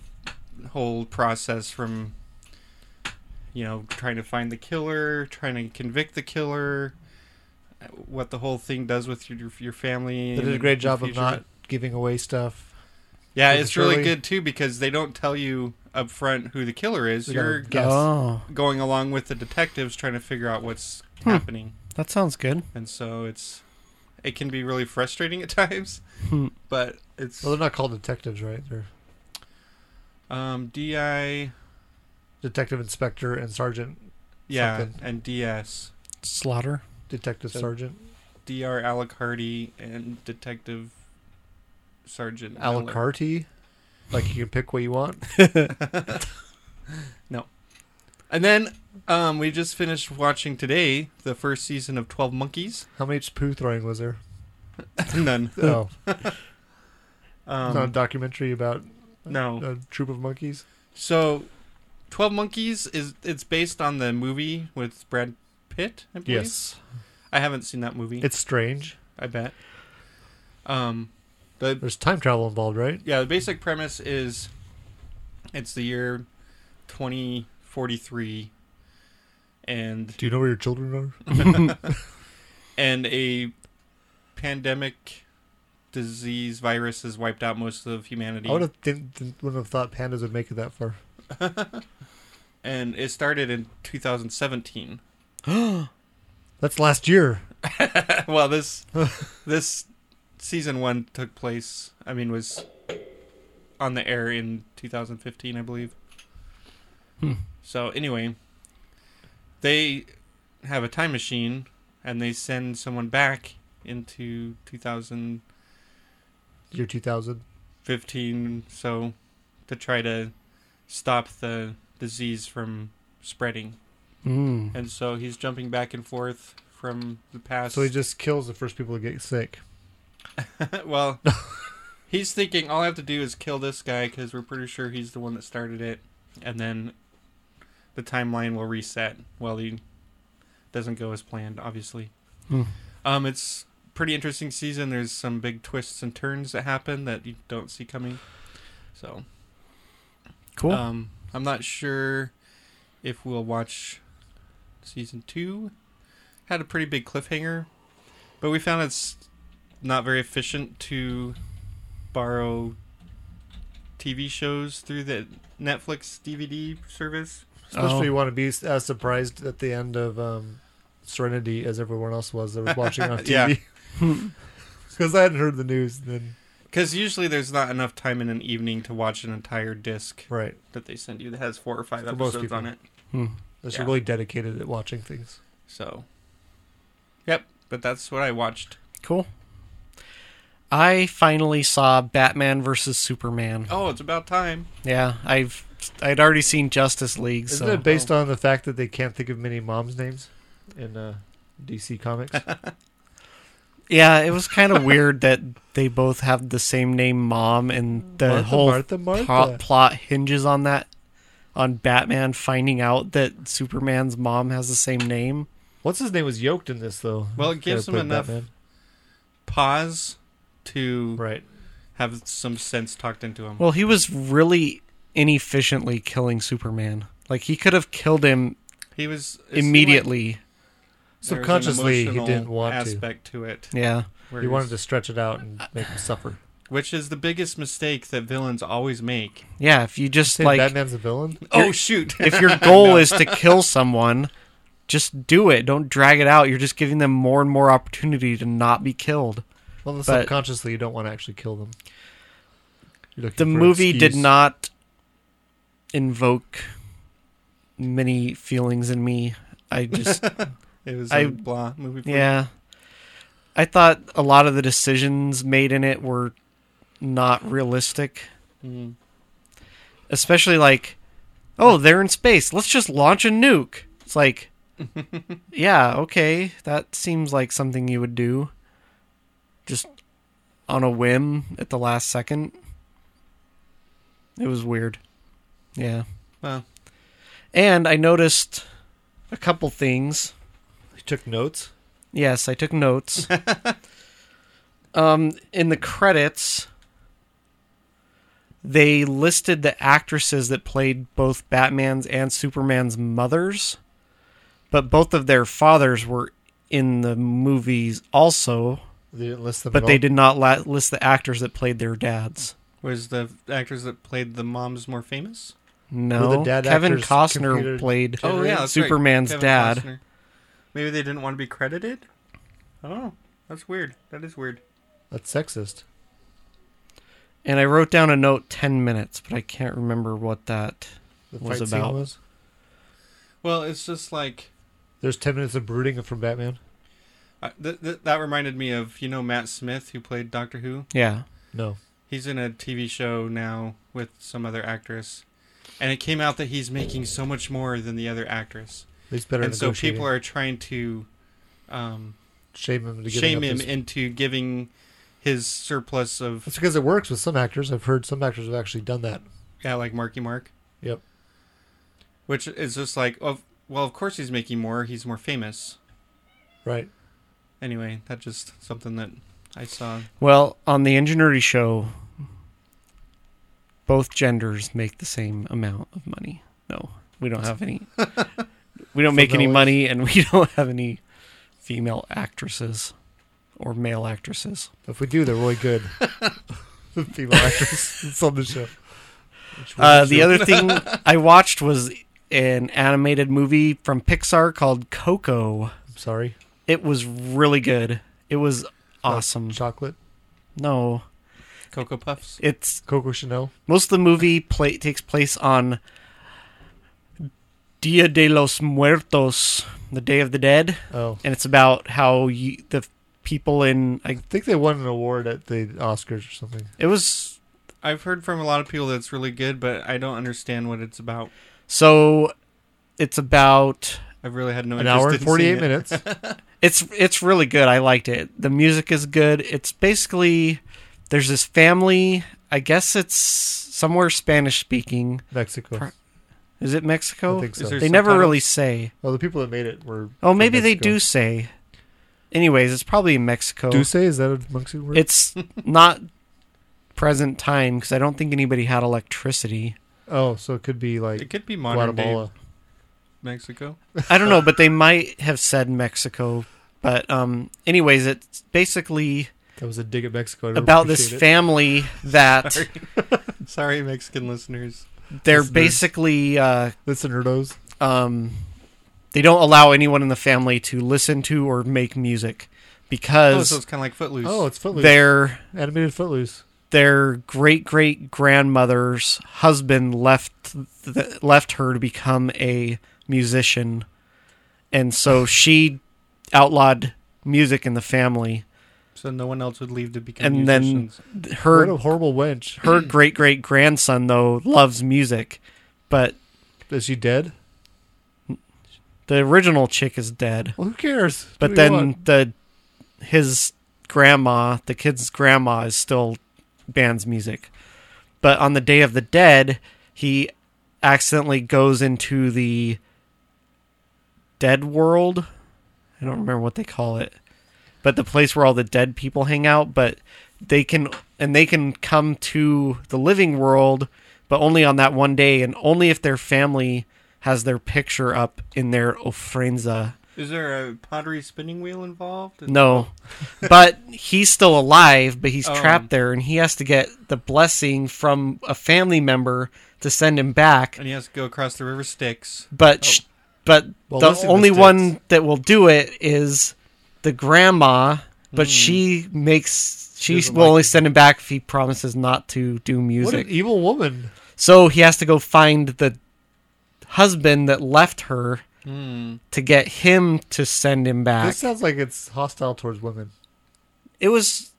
whole process from, you know, trying to find the killer, trying to convict the killer, what the whole thing does with your your family.
They did
and
a great job
the
of
future.
not giving away stuff.
Yeah,
with the
it's really
Shirley.
good too because they don't tell you up front who the killer is.
You
You're
gotta guess.
Oh,
going along with the detectives trying to figure out what's happening.
that sounds good.
and so it's it can be really frustrating at (laughs) times
Hmm.
but it's
Well, they're not called detectives, right? They're
um di
detective inspector and sergeant.
yeah
Something.
and ds
Slaughter.
Detective
So-
sergeant.
dr alicardi and detective sergeant
Alucarte,
Miller.
Like you can pick what you want.
and then um we just finished watching today the first season of 12 monkeys (laughs)
How much poo throwing was (laughs) there?
none
Oh,
um
it's not a documentary about
no
a troop of monkeys.
so 12 monkeys is it's based on the movie with brad pitt I believe. i haven't seen that movie
it's strange.
I bet. Um, the
There's time travel involved, right?
yeah, the basic premise is it's the year 2043, and
Do you know where your children are?
and a pandemic disease virus has wiped out most of humanity.
I would have didn't, didn't would have thought pandas would make it that far.
And it started in 2017.
That's last year. (laughs)
well, this this season one took place. I mean, was on the air in 2015, I believe.
Hmm.
So anyway, they have a time machine, and they send someone back into 2000
year 2000.
15 so to try to stop the disease from spreading
Mm.
and so he's jumping back and forth from the past
So he just kills the first people to get sick.
(laughs) well he's thinking all i have to do is kill this guy because we're pretty sure he's the one that started it and then the timeline will reset well he doesn't go as planned obviously
Hmm.
um it's pretty interesting season there's some big twists and turns that happen that you don't see coming so
Cool.
Um, I'm not sure if we'll watch season two. Had a pretty big cliffhanger, but we found it's not very efficient to borrow TV shows through the Netflix DVD service.
Especially you want to be s- as surprised at the end of um, Serenity as everyone else was that was watching
(laughs)
on
Yeah.
TV. (laughs) Because I hadn't heard the news. and Then
Because usually there's not enough time in an evening to watch an entire disc
Right.
that they send you that has four or five
For most
episodes
people.
on it.
Hmm. Unless
Yeah.
you're really dedicated at watching things.
So, yep, but that's what I watched.
Cool. I finally saw Batman versus Superman.
Oh, it's about time.
Yeah, I've I'd already seen Justice League.
Isn't
so um,
it based on the fact that they can't think of many moms' names in uh, DC
(laughs)
Comics?
Yeah, it was
(laughs)
kind of weird that they both have the same name, Mom, and the
Martha,
whole
Martha, Martha.
plot- plot hinges on that. On Batman finding out that Superman's mom has the same name.
What's his name was yoked in this though.
Well, it gives
Could've
them
played
enough
Batman.
pause to
right
have some sense talked into him.
Well, he was really inefficiently killing Superman. Like he could have killed him
he was it seemed
immediately.
like there was an
Subconsciously, he
emotional
didn't want to.
aspect to it.
Yeah.
where
He
he's-
wanted to stretch it out and make him suffer.
which is the biggest mistake that villains always make.
Yeah, if you just
Say
like
Batman's a villain.
Oh shoot! (laughs)
if your
(laughs)
goal
No.
is to kill someone, just do it. Don't drag it out. You're just giving them more and more opportunity to not be killed.
Well, then
But-
subconsciously, you don't want to actually kill them. You're looking
The
for an
movie did
excuse.
not invoke many feelings in me.
(laughs)
I just
it was
I-
a blah movie. for you.
yeah. I thought a lot of the decisions made in it were not realistic.
Mm.
Especially like oh, they're in space. Let's just launch a nuke. It's like yeah, okay. That seems like something you would do. Just on a whim at the last second. It was weird. Yeah.
Well,
And I noticed a couple things.
He took notes.
Yes, I
(laughs)
took notes. um, in the credits, they listed the actresses that played both Batman's and Superman's mothers, but both of their fathers were in the movies also,
They didn't list them.
but
at
they
all.
did not la- list the actors that played their dads.
was the actors that played the moms more famous?
No,
Were the dad
Kevin
actors
Costner
computer
played
Oh yeah, that's right.
Superman's
Kevin
dad.
Costner. Maybe they didn't want to be credited. I don't know. That's weird. That is weird.
That's sexist.
And I wrote down a note 10 minutes, but I can't remember what that
The
was
fight scene
about.
was.
Well, it's just like
There's ten minutes of brooding from Batman.
I- th- th- that reminded me of you know Matt Smith who played Doctor Who.
Yeah.
No,
He's in a TV show now with some other actress, and it came out that he's making so much more than the other actress,
he's better.
and so people are trying to um,
shame him. To giving
shame
up
him
his-
into giving his surplus of
That's because it works with some actors. I've heard some actors have actually done that.
yeah, like Marky Mark,
Yep.
which is just like of well, of course he's making more. He's more famous
Right.
anyway. That's just something that I saw.
Well, on the ingenuity show, both genders make the same amount of money. No, we don't have any.
(laughs)
we don't make any
Fellas.
money, and we (laughs) don't have any female actresses or male actresses.
If we do, they're really good. (laughs) The female actors. It's (laughs) on the show.
Uh,
(laughs)
the other thing I watched was an animated movie from Pixar called Coco.
I'm sorry.
It was really good. It was awesome.
Chocolate.
No,
Cocoa Puffs.
it's
Coco Chanel.
Most of the movie play, takes place on Dia de los Muertos, the Day of the Dead,
Oh.
and it's about how you, the people in. I
think they won an award at the Oscars or something.
It was
I've heard from a lot of people that it's really good, but I don't understand what it's about.
so. It's about.
I've really had no An interest hour and in 48 seeing it. minutes. (laughs)
it's it's really good. I liked it. The music is good. It's basically there's this family. I guess it's somewhere Spanish speaking.
Mexico.
Is it Mexico?
I think so. Is
They
there
never
subtitles?
really say.
Well, the people that made it were.
Oh,
from
maybe they
Mexico.
do say. Anyways, it's probably in Mexico.
Oh.
Do say? Is that a Mexican word?
It's not present time because I don't think anybody had electricity.
Oh, so it could be like.
It could be modern day
Guatemala.
Mexico.
I don't know, but they might have said Mexico. But um, anyways, it's basically
That was a dig at Mexico. I don't
about this
appreciate it.
family that
Sorry. Sorry, Mexican listeners.
they're
Listeners.
basically uh,
listenerdos.
Um, they don't allow anyone in the family to listen to or make music because
Oh, so it's kinda like Footloose.
Oh, it's Footloose.
Their
animated Footloose.
Their great great grandmother's husband left th- left her to become a musician, and so she outlawed music in the family.
So no one else would leave to become
And
musicians.
then th- her
What a horrible wench.
Her great great grandson though loves music, but
is she dead?
The original chick is dead.
Well, who cares? Do what
But
you
then
want.
the his grandma, the kid's grandma, is still bands music. But on the Day of the Dead, he accidentally goes into the dead world. I don't remember what they call it, but the place where all the dead people hang out. But they can and they can come to the living world, but only on that one day, and only if their family has their picture up in their ofrenza.
Is there a pottery spinning wheel involved?
(laughs)
No, but he's still alive, but he's
Oh.
trapped there, and he has to get the blessing from a family member to send him back.
And he has to go across the river Styx.
But sh- but
Well,
the
listen to
only
Styx.
one that will do it is the grandma. But she makes she
Doesn't
will
like
only send him back if he promises not to do
What
music.
an evil woman.
So he has to go find the husband that left her
Hmm.
to get him to send him back.
This sounds like it's hostile towards women.
It was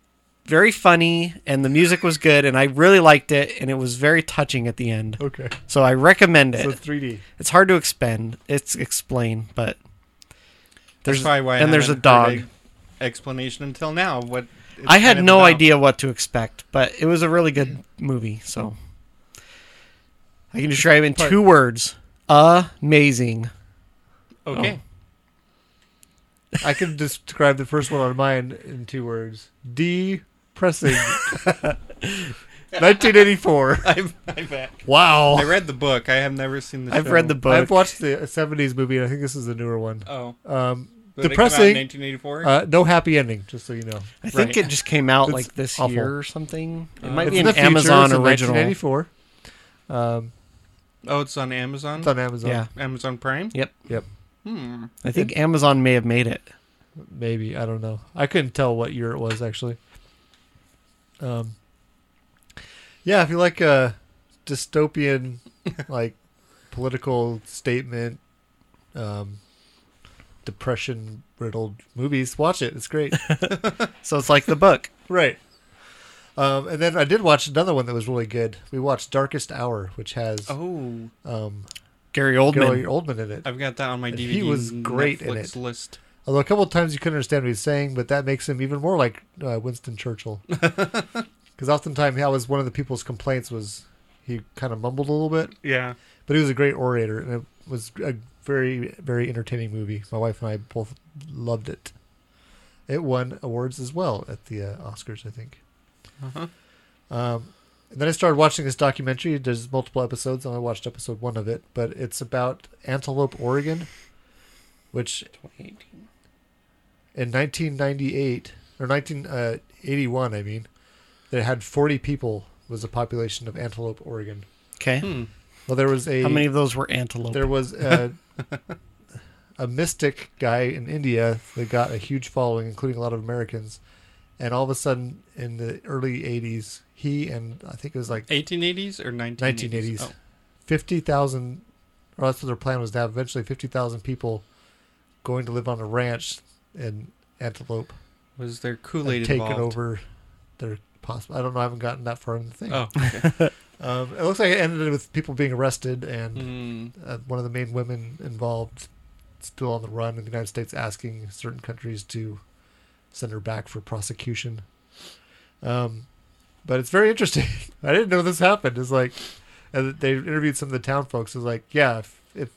very funny and the music was good and I really liked it and it was very touching at the end.
Okay.
So I recommend it.
So it's 3D.
It's hard to expend. It's explain, but
That's
there's
probably why I
and there's a
haven't heard
dog.
a explanation until now. of What it's
I had
kind of
no
about.
idea what to expect, but it was a really good movie. So I can describe it in
Part-
two words: amazing.
Okay.
I can describe the first one on mine in two words: (laughs) depressing. 1984.
I'm, I'm back.
Wow.
I read the book. I have never seen the
I've
show.
read the book. I've watched the 70s movie, and I think this is the newer one.
Oh.
Um,
Did it come out in
depressing.
1984?
Uh, no happy ending, just so you know.
I think it just came out
It's
like this
awful.
year or something. It
Uh,
might
It's
be
in
an
the future,
Amazon
it's in
original.
1984. Um,
Oh, it's on Amazon.
It's on Amazon.
Yeah.
Amazon Prime.
Yep.
Yep.
Hmm.
I think Amazon may have made it.
maybe I don't know. I couldn't tell what year it was actually. Um, yeah, if you like a dystopian, like political statement, um, depression riddled movies, watch it. It's great.
so it's like the book,
right? Um, and then I did watch another one that was really good. We watched Darkest Hour, which has
oh
um,
Gary Oldman.
Gary Oldman in it.
I've got that on my
And
DVD.
He was
and
great in
Netflix
it.
List.
Although a couple of times you couldn't understand what he's saying, but that makes him even more like uh, Winston Churchill. Because oftentimes that was one of the people's complaints was he kind of mumbled a little bit.
Yeah.
But he was a great orator, and it was a very, very entertaining movie. My wife and I both loved it. It won awards as well at the uh, Oscars, I think.
Uh-huh.
Um, and then I started watching this documentary. There's multiple episodes. I only watched episode one of it, but it's about Antelope, Oregon, which in 1998 or 1981, I mean, they had 40 people was the population of Antelope, Oregon.
Okay.
Well, there was a
How many of those were antelope?
There was a, a mystic guy in India that got a huge following, including a lot of Americans. And all of a sudden, in the early 80s, he and I think it was like
1880s or 1980s?
1980s,
Oh.
50,000, or that's what their plan was to have eventually 50,000 people going to live on a ranch in Antelope,
Was there Kool Aid
taken
involved?
over their possible. I don't know. I haven't gotten that far in the thing. (laughs)
Oh, okay.
um, it looks like it ended with people being arrested
mm.
and uh, one of the main women involved still on the run in the United States, asking certain countries to send her back for prosecution. Um, but it's very interesting. (laughs) I didn't know this happened. It's like, and they interviewed some of the town folks. It's like, yeah, if, if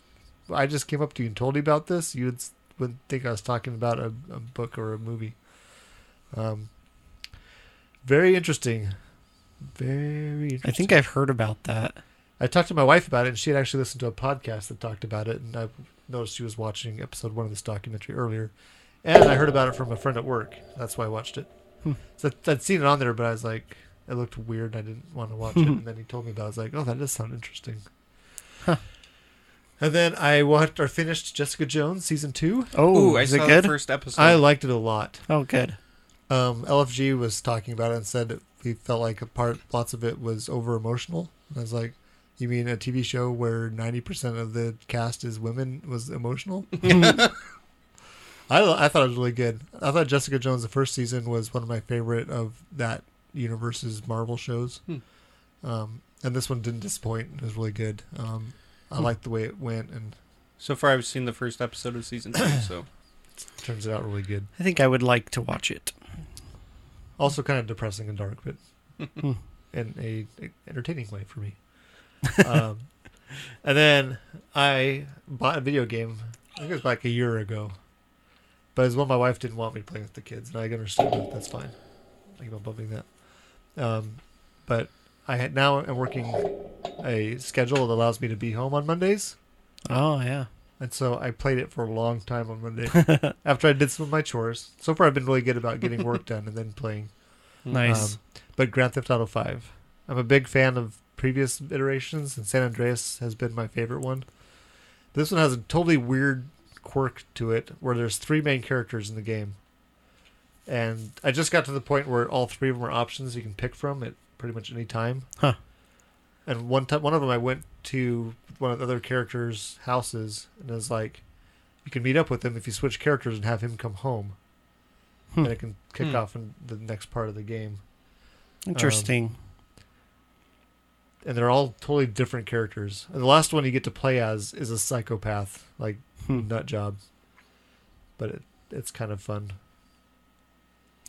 I just came up to you and told you about this, you would, would think I was talking about a, a book or a movie. Um, very interesting. Very. Interesting.
I think I've heard about that.
I talked to my wife about it, and she had actually listened to a podcast that talked about it, and I noticed she was watching episode one of this documentary earlier, and I heard about it from a friend at work. That's why I watched it.
Hmm.
So I'd- I'd seen it on there, but I was like, it looked weird, and I didn't want to watch it. And then he told me about. it. I was like, oh, that does sound interesting. And then I watched or finished Jessica Jones season two.
Oh, Ooh, I is it saw the good? first
episode.
I liked it a lot.
Oh, good.
Um, LFG was talking about it and said that he felt like a part, lots of it was over emotional. I was like, you mean a TV show where ninety percent of the cast is women was
(laughs)
emotional? I I thought it was really good. I thought Jessica Jones the first season was one of my favorite of that universe's Marvel shows.
Hmm.
Um, and this one didn't disappoint. It was really good. Um, I
Hmm.
liked the way it went and
So far, I've seen the first episode of season two. So
turns out really good.
I think I would like to watch it.
Also kind of depressing and dark, but
Hmm.
in a, a entertaining way for
(laughs)
me. um, and then I bought a video game. I think it was like a year ago, but it was one my wife didn't want me playing with the kids, and I understood that. That's fine. I keep on bumping that. Um, but I had, now am working a schedule that allows me to be home on Mondays.
Oh yeah.
And so I played it for a long time on
(laughs)
Monday after I did some of my chores. So far, I've been really good about getting
(laughs)
work done and then playing.
Nice.
Um, but Grand Theft Auto 5. I'm a big fan of previous iterations, and San Andreas has been my favorite one. This one has a totally weird quirk to it where there's three main characters in the game. And I just got to the point where all three of them are options you can pick from at pretty much any time.
Huh.
And one time, one of them, I went to one of the other characters' houses, and it was like, you can meet up with him if you switch characters and have him come home,
Hmm.
and it can kick
Hmm.
off in the next part of the game. Um,
Interesting.
and they're all totally different characters. And the last one you get to play as is a psychopath, like
Hmm.
nut job. But it, it's kind of fun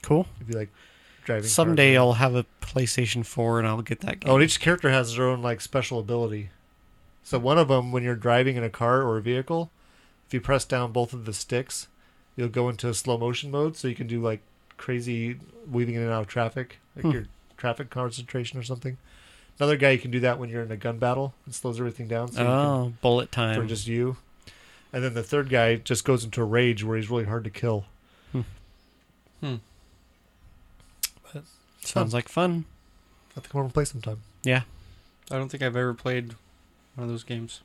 cool.
if you like driving. cars.
Someday I'll have a PlayStation 4 and I'll get that game.
Oh, and each character has their own like special ability. So one of them, when you're driving in a car or a vehicle, if you press down both of the sticks, you'll go into slow motion mode, so you can do like crazy weaving in and out of traffic, like
Hmm.
your traffic concentration or something. Another guy, you can do that when you're in a gun battle. It slows everything down. So you can-
Oh, bullet time.
for just you. And then the third guy just goes into a rage where he's really hard to kill.
Hmm.
Hmm.
But
Sounds like fun.
I think we're gonna play sometime.
Yeah.
I don't think I've ever played one of those games.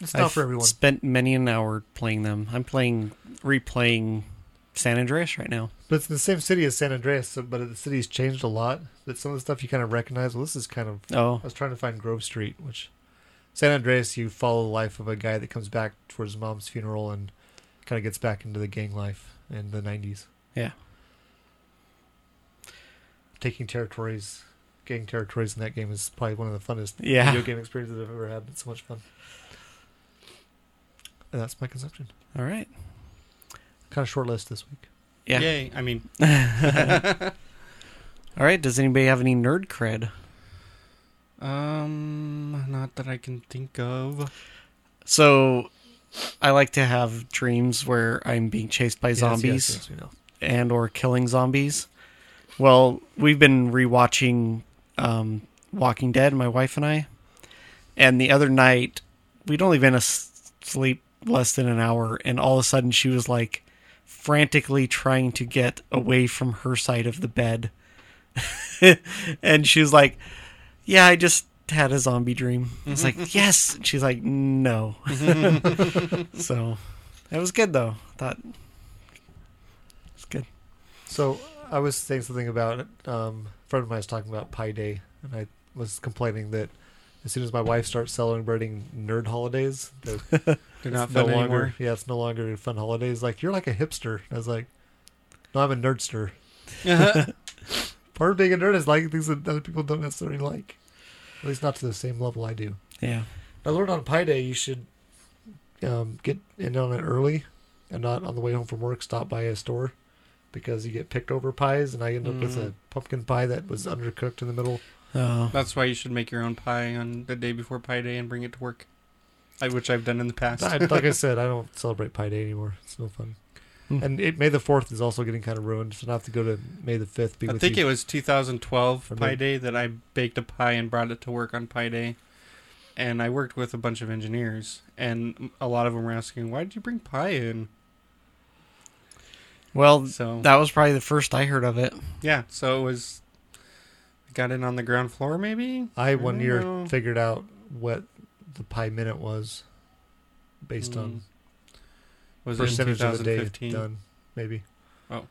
It's not
I've
for everyone.
Spent many an hour playing them. I'm playing replaying San Andreas right now.
But it's in the same city as San Andreas, so, but the city's changed a lot. But some of the stuff you kind of recognize. Well, this is kind of.
Oh.
I was trying to find Grove Street, which San Andreas. You follow the life of a guy that comes back towards his mom's funeral and kind of gets back into the gang life in the '90s,
Yeah.
taking territories, gang territories in that game is probably one of the funnest
Yeah.
video game experiences I've ever had. It's so much fun. And that's my consumption.
All right.
Kind of short list this week.
Yeah.
Yay! I mean,
All right. Does anybody have any nerd cred?
um, not that I can think of.
So I like to have dreams where I'm being chased by
Yes, yes,
zombies
yes, we know.
and or killing zombies. Well, we've been rewatching um, Walking Dead, my wife and I, and the other night we'd only been asleep less than an hour, and all of a sudden she was like frantically trying to get away from her side of the bed, (laughs) and she was like, "Yeah, I just." Had a zombie dream. It's like yes. And she's like no. (laughs) so that was good though. Thought it's good.
So I was saying something about um, a friend of mine was talking about Pi Day, and I was complaining that as soon as my wife starts celebrating nerd holidays, they're,
They're not fun
longer,
anymore.
Yeah, it's no longer fun holidays. Like you're like a hipster. I was like, No, I'm a nerdster.
Uh-huh.
(laughs) Part of being a nerd is liking things that other people don't necessarily like. At least not to the same level I do.
Yeah.
I learned on Pi Day you should um, get in on it early and not on the way home from work stop by a store because you get picked over pies and I end up with
Mm.
a pumpkin pie that was undercooked in the middle. Oh.
That's why you should make your own pie on the day before Pie Day and bring it to work, I, which I've done in the past.
I, like
(laughs)
I said, I don't celebrate Pi Day anymore. It's no fun.
Hmm.
And it, May the Fourth is also getting kind of ruined, so I have to go to May the Fifth.
I think it was
For
2012
me.
Pi Day that I baked a pie and brought it to work on Pi Day. And I worked with a bunch of engineers, and a lot of them were asking, "Why did you bring pie in?"
Well,
So-
that was probably the first I heard of it.
Yeah, so it was I got in on the ground floor, maybe.
I one
don't
year
know.
figured out what the pie minute was, based on
Mm, Was it in
percentage of the day
2015?
done, maybe.
Oh.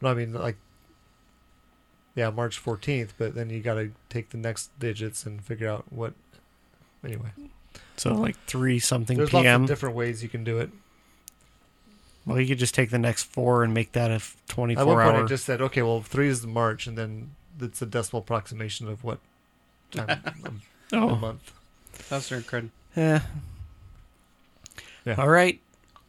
No, I mean like, yeah, March fourteenth. But then you got to take the next digits and figure out what. Anyway,
So like three something
there's lots
p.m.
of different ways you can do it.
well, you could just take the next four and make that a f- twenty-four
At one
hour.
point, I just said, okay, well, three is March, and then it's a decimal approximation of what
(laughs)
time of
Oh.
the month.
That's their cred.
Yeah.
Yeah.
All right.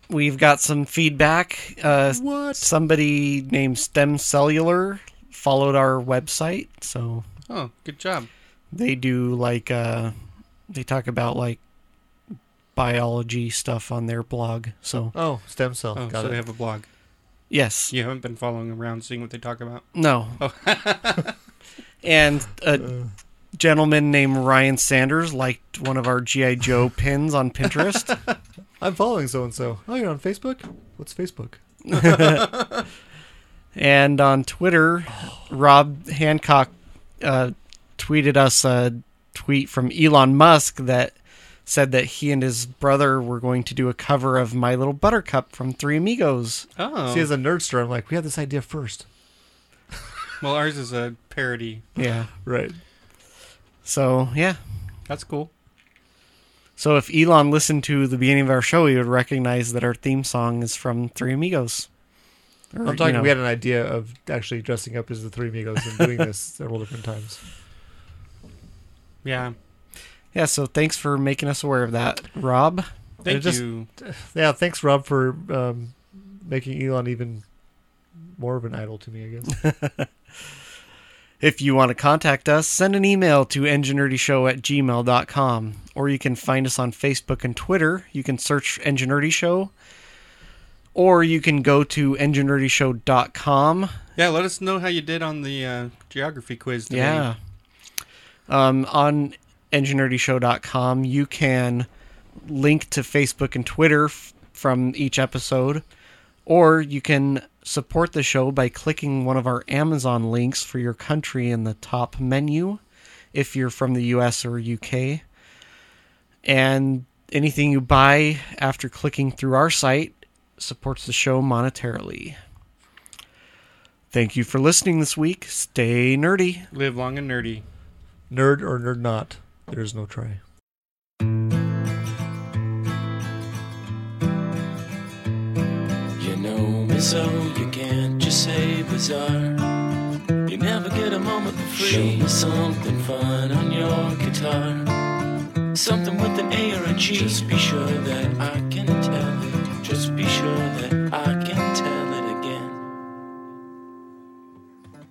We've got some feedback. Uh, Somebody named Stem Cellular followed our website. So
Oh, good job.
they do like, uh, they talk about like biology stuff on their blog. So,
Oh, stem cell.
Oh,
Got
so
it.
they have a blog.
yes.
You haven't been following around, seeing what they talk about.
No.
Oh.
and
Uh.
a gentleman named Ryan Sanders liked one of our
(laughs)
G.I. Joe pins on Pinterest.
I'm following so and so. Oh, you're on Facebook? What's Facebook?
and on Twitter, Rob Hancock uh, tweeted us a tweet from Elon Musk that said that he and his brother were going to do a cover of My Little Buttercup from Three Amigos.
Oh.
See, as a nerdster, I'm like, we had this idea first.
Well, ours is a parody.
Yeah.
Right.
So, yeah.
That's cool.
So if Elon listened to the beginning of our show, he would recognize that our theme song is from Three Amigos. Or,
I'm
you
talking,
know,
we had an idea of actually dressing up as the Three Amigos and doing
(laughs)
this several different times.
Yeah.
yeah. So thanks for making us aware of that, Rob.
And it
Thank
just-
you.
Yeah, thanks, Rob, for um, making Elon even more of an idol to me, I guess.
If you want to contact us, send an email to engineerdyshow at gmail.com or you can find us on Facebook and Twitter. You can search Engineerdy Show or you can go to engineerdyshow.com.
Yeah, let us know how you did on the uh, geography quiz today.
Yeah. Um, on engineerdyshow.com, you can link to Facebook and Twitter f- from each episode, or you can support the show by clicking one of our Amazon links for your country in the top menu if you're from the US or UK. And anything you buy after clicking through our site supports the show monetarily. Thank you for listening this week. Stay nerdy.
Live long and nerdy.
nerd or nerd not, there is no try.
You know me so you can't just say bizarre. You never get a moment for free. Show me something fun on your guitar. Something with an A or a G. Just be sure that I can tell it. Just be sure that I can tell it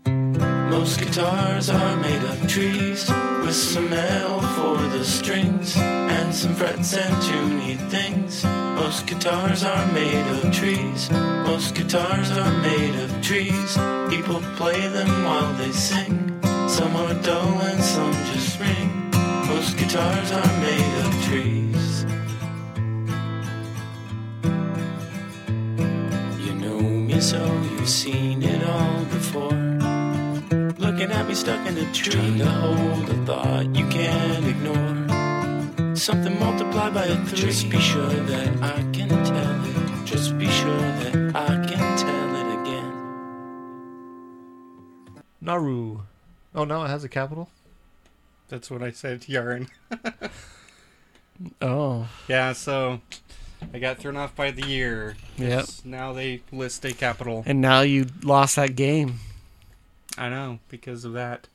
again. Most guitars are made of trees with some L for the strings and some frets and tuney things. Most guitars are made of trees. Most guitars are made of trees. People play them while they sing. Some are dull and some just ring. Most guitars are made of trees. You know me so you've seen it all before. Looking at me stuck in a tree. Trying to hold a thought you can't ignore. Something multiplied by a three. Just be sure that I can tell it. Just be sure that I can tell it again.
Naru. Oh, now it has a capital?
(laughs) That's what I said, Yarn.
Oh.
yeah, so I I got thrown off by the year.
Yep.
'cause Now they list a capital.
And now you lost that game.
I know because of that.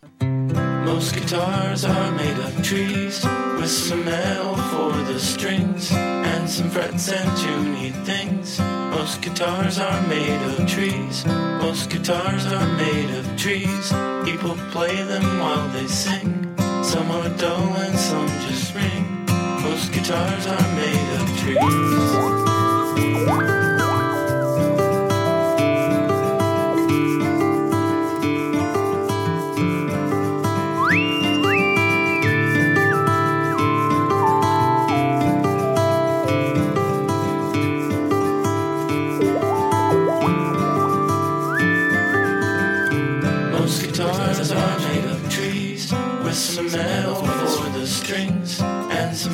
Most guitars are made of trees with some metal for the strings and some frets and tuney things. Most guitars are made of trees. Most guitars are made of trees. People play them while they sing. Some are dull and some just ring. Most guitars are made of trees. Most guitars are made of trees with some metal for the strings and some